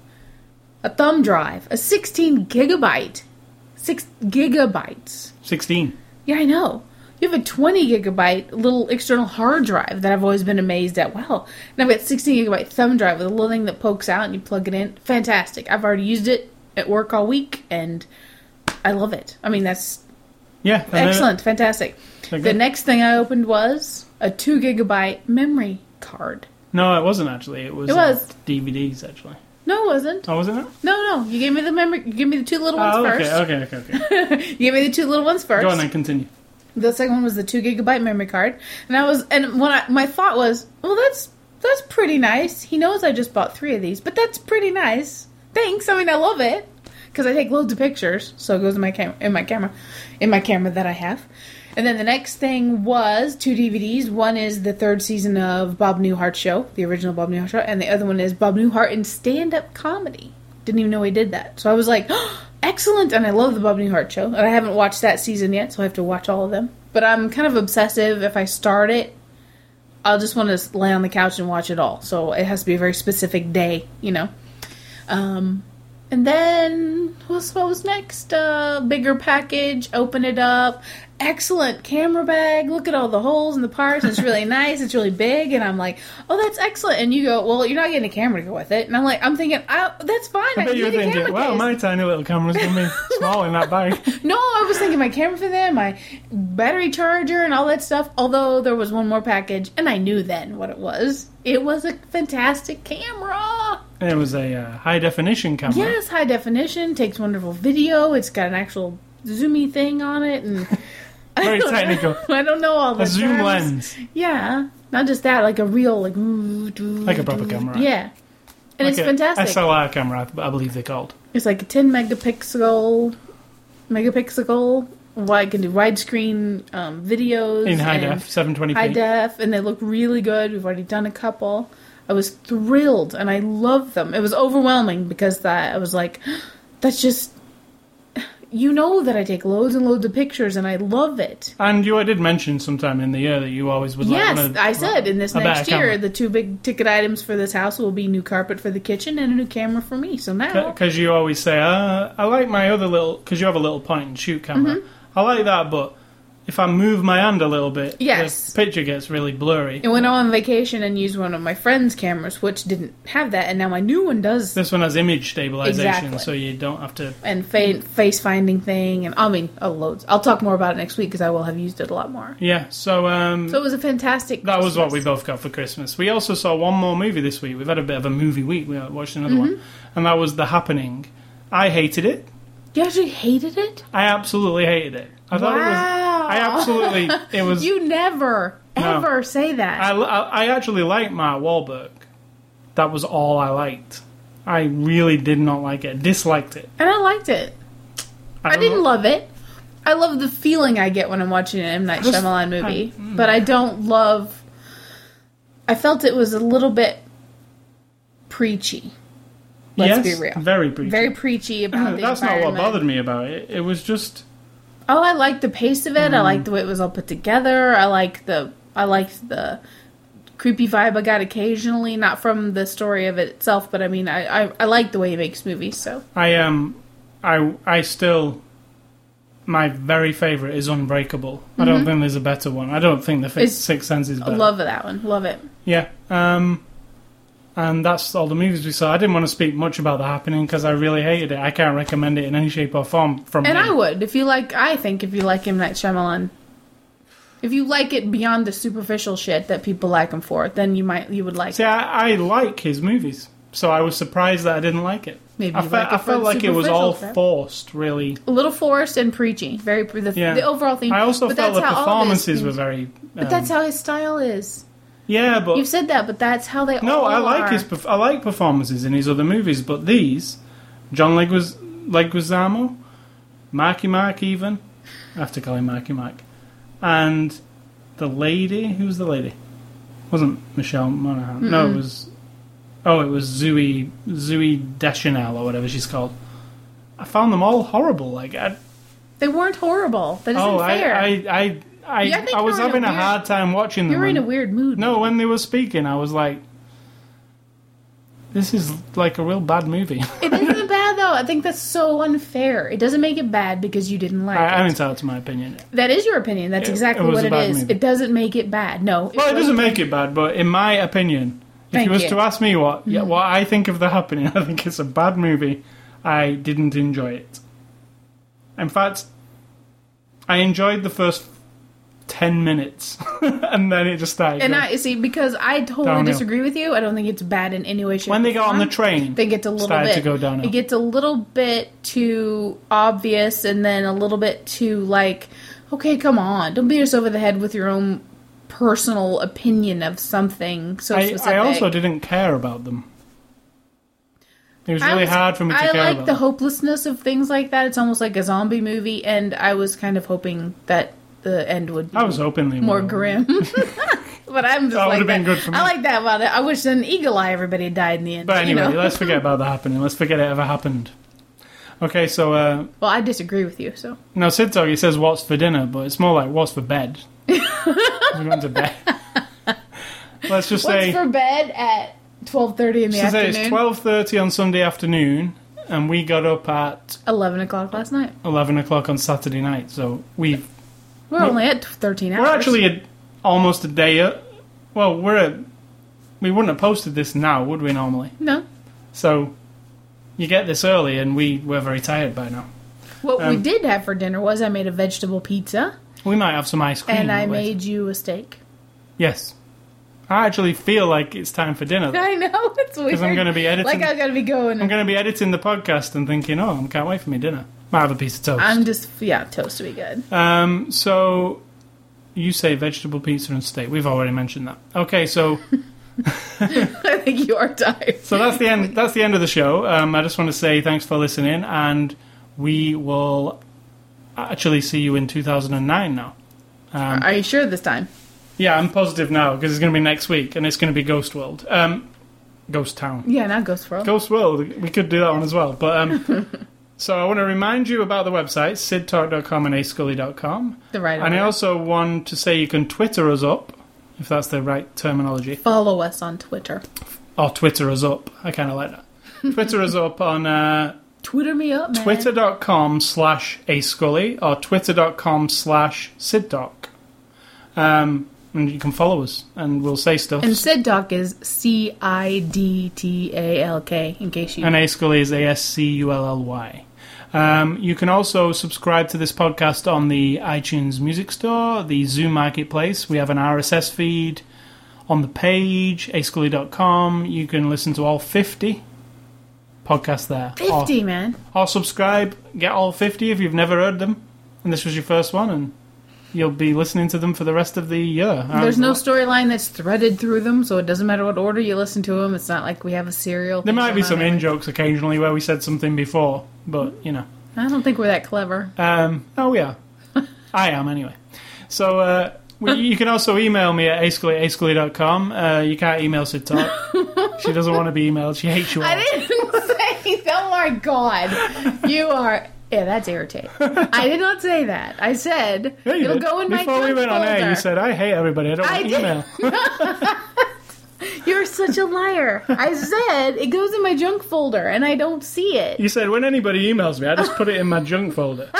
a thumb drive, a 16 gigabyte, six gigabytes. Sixteen. Yeah, I know. You have a 20 gigabyte little external hard drive that I've always been amazed at. Wow. And I've got 16 gigabyte thumb drive with a little thing that pokes out and you plug it in. Fantastic. I've already used it at work all week and I love it. I mean, that's Yeah, and then- excellent. Fantastic. Okay. The next thing I opened was a 2 gigabyte memory card. no, it wasn't actually. It was. It uh, was. DVDs actually. No, it wasn't. Oh, wasn't it? No, no. You gave me the memory. You gave me the two little ones oh, first. okay, okay, okay, okay. You gave me the two little ones first. Go on and continue. The second one was the two gigabyte memory card, and I was and when I, my thought was, well, that's that's pretty nice. He knows I just bought three of these, but that's pretty nice. Thanks. I mean, I love it because I take loads of pictures, so it goes in my camera in my camera in my camera that I have. And then the next thing was two DVDs. One is the third season of Bob Newhart Show, the original Bob Newhart Show, and the other one is Bob Newhart in stand up comedy. Didn't even know he did that. So I was like, excellent. And I love the Bob Newhart show. And I haven't watched that season yet, so I have to watch all of them. But I'm kind of obsessive. If I start it, I'll just want to lay on the couch and watch it all. So it has to be a very specific day, you know? Um, and then what's what was next? Uh, bigger package. Open it up. Excellent camera bag. Look at all the holes and the parts. It's really nice. It's really big. And I'm like, oh, that's excellent. And you go, well, you're not getting a camera to go with it. And I'm like, I'm thinking, oh, that's fine. I, I bet need you were a camera thinking, wow, case. my tiny little camera's gonna be small in that bag. No, I was thinking my camera for them, my battery charger, and all that stuff. Although there was one more package, and I knew then what it was. It was a fantastic camera. It was a uh, high definition camera. Yes, high definition, takes wonderful video. It's got an actual zoomy thing on it, and Very technical. I don't know all the A zoom terms. lens. Yeah, not just that, like a real like like Like a proper camera. Yeah, and it's Like a fantastic. SLR camera, I I believe they called. It's like a 10 megapixel, megapixel. Wide can do widescreen um, videos In high and def, 720p. high def, and they look really good. We've already done a couple. I was thrilled, and I love them. It was overwhelming because that I was like, that's just. You know that I take loads and loads of pictures, and I love it. And you, I did mention sometime in the year that you always would like. yes, one of- I said in this a better next year, camera. the two big ticket items for this house will be new carpet for the kitchen and a new camera for me. So now, Because you always say, uh, I like my other little, because you have a little point and shoot camera. Mm-hmm. I like that, but if I move my hand a little bit, Yes. the picture gets really blurry. And went on vacation and used one of my friend's cameras, which didn't have that, and now my new one does. This one has image stabilization, Exactly. so you don't have to. And fa- face finding thing, and I mean, oh, loads. I'll talk more about it next week because I will have used it a lot more. Yeah, so, um, So it was a fantastic. that was what we Christmas. both got for Christmas. We also saw one more movie this week. We've had a bit of a movie week. We watched another one, Mm-hmm. and that was The Happening. I hated it. You actually hated it. I absolutely hated it. I thought it was. I absolutely. It was. You never, No. ever say that. I, I, I actually liked Mark Wahlberg. That was all I liked. I really did not like it. Disliked it. and I liked it. I don't didn't know. love it. I love the feeling I get when I'm watching an M Night just- mm. Shyamalan movie, but I don't love. I felt it was a little bit preachy. Let's yes, be real. Very brief. Very preachy about the That's not what environment. bothered me about it. It was just. Oh, I liked the pace of it. I liked the Mm-hmm. way it was all put together. I like the I liked the creepy vibe I got occasionally, not from the story of it itself, but I mean, I I, I like the way he makes movies. So I um, I I still. My very favorite is Unbreakable. I don't think there's a better one. I don't think the fi- Mm-hmm. It's- Sixth Sense is better. love that one. Love it. Yeah. Um, and that's all the movies we saw. I didn't want to speak much about the happening because I really hated it. I can't recommend it in any shape or form. From And me. I would if you like. I think if you like M Night Shyamalan, if you like it beyond the superficial shit that people like him for, then you might you would like. See, it. I, I like his movies, so I was surprised that I didn't like it. Maybe I, you fe- like it I for felt the like it was all superficial stuff. forced, really. A little forced and preachy. Very pre- the, Yeah. the overall theme. I also but felt the that's how all of his performances things- were very. But um, that's how his style is. yeah, but You've said that, but that's how they. no, all I like are. his. perf- I like performances in his other movies, but these, John Leguiz- Leguizamo, Marky Mark, even I have to call him Marky Mark, and the lady who was the lady, wasn't Michelle Monaghan? No, it was. Oh, it was Zoe Zoe Deschanel or whatever she's called. I found them all horrible. Like, I, They weren't horrible. That isn't oh, I, fair. I, I, I, Yeah, I think I was you're in having a, a weird- hard time watching them. You're in and- a weird mood. no, when they were speaking, I was like, this is like a real bad movie. it isn't bad though. I think that's so unfair. It doesn't make it bad because you didn't like I, I'm it. entitled to my opinion. that is your opinion. That's It- exactly it was what a it bad is. movie. It doesn't make it bad. No. Well, it doesn't wasn't. make it bad, but in my opinion, if Thank you was you. Mm-hmm. to ask me what yeah, what I think of the happening, I think it's a bad movie. I didn't enjoy it. In fact, I enjoyed the first ten minutes, and then it just started. And going. I see because I totally Downhill. disagree with you. I don't think it's bad in any way. Shape, when they or got on the form. train, they get a little started bit to go downhill. It gets a little bit too obvious, and then a little bit too like, okay, come on, don't beat us over the head with your own personal opinion of something so I, specific. I also didn't care about them. It was really I was- hard for me to I care like about. the them. hopelessness of things like that. It's almost like a zombie movie, and I was kind of hoping that the end would be I was hoping they more would. grim. but I'm That just like would've been that. good for me. I like that about it. I wish an eagle eye everybody died in the end. But anyway, you know? let's forget about that happening. Let's forget it ever happened. Okay, so uh, well, I disagree with you. So now Sid Doggy says what's for dinner, but it's more like what's for bed. We're going to bed. Let's just what's say, for bed at twelve thirty in the just say it's afternoon? twelve thirty on Sunday afternoon, and we got up at Eleven o'clock last night. eleven o'clock on Saturday night. So we We're No. only at thirteen hours. We're actually a, almost a day. o- Well, we're a, we wouldn't have posted this now, would we normally? no. So you get this early, and we were very tired by now. What we Um, did have for dinner was I made a vegetable pizza We might have some ice cream. and I later. made you a steak. yes. I actually feel like it's time for dinner. I know it's weird. I'm gonna be editing- Like I'm gonna be going. I'm going to be editing the podcast and thinking, oh, I can't wait for my dinner. Might have a piece of toast. I'm just yeah, toast would be good. Um, so you say vegetable pizza and steak. We've already mentioned that. Okay, so. I think you are tired. So that's the end. That's the end of the show. Um, I just want to say thanks for listening, and we will actually see you in 2009 now. Um, Are you sure this time? Yeah, I'm positive now because it's going to be next week, and it's going to be Ghost World, um, Ghost Town, Yeah, not Ghost World. Ghost World. We could do that one as well, but. Um, So I want to remind you about the websites, sidtalk.com and ascully.com. the right. And I order. also want to say you can Twitter us up, if that's the right terminology. follow us on Twitter. Or Twitter us up. I kind of like that. Twitter us up on uh, Twitter me up, man. twitter.com slash ascully or twitter.com slash siddoc. Um, and you can follow us and we'll say stuff. And Sid Talk is C I D T A L K. In case you And ascully is A-S-C-U-L-L-Y. Um, you can also subscribe to this podcast on the iTunes Music Store, the Zoom Marketplace. We have an RSS feed on the page, ascully.com. You can listen to all 50 podcasts there. Or- fifty, man. or subscribe, get all 50 if you've never heard them, and this was your first one, and you'll be listening to them for the rest of the year. There's Um, no storyline that's threaded through them, so it doesn't matter what order you listen to them. It's not like we have a serial. There thing might be going on some in every- jokes occasionally where we said something before, but you know. I don't think we're that clever. Um, oh yeah, I am anyway. So uh, we, you can also email me at ascully@ascully.com. Uh You can't email Sid Talk. she doesn't want to be emailed. She hates you all. I didn't say. Oh my god, you are. Yeah, that's irritating. I did not say that. I said Yeah, you it'll did. go in my Before we junk went on air, folder. you said I hate everybody. I don't I want did. email. You're such a liar. I said it goes in my junk folder, and I don't see it. You said when anybody emails me, I just put it in my junk folder.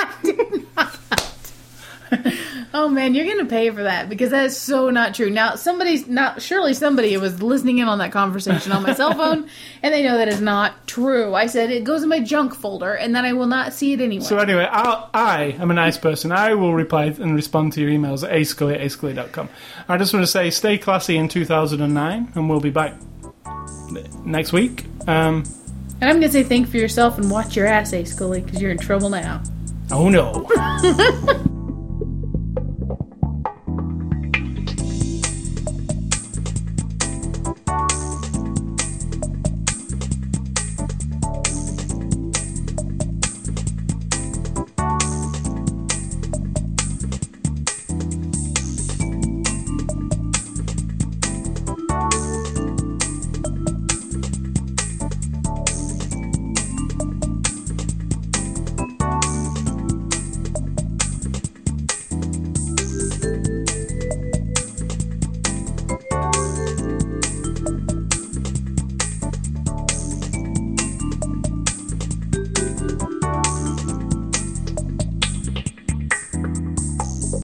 Oh man, you're gonna pay for that because that is so not true. Now somebody's not surely somebody was listening in on that conversation on my cell phone, and they know that is not true. I said it goes in my junk folder, and then I will not see it anyway. So anyway, I'll, I am a nice person. I will reply and respond to your emails at ascully at ascully.com. I just want to say, stay classy in 2009, and we'll be back next week. Um, and I'm gonna say think for yourself and watch your ass, A Scully, because you're in trouble now. oh no.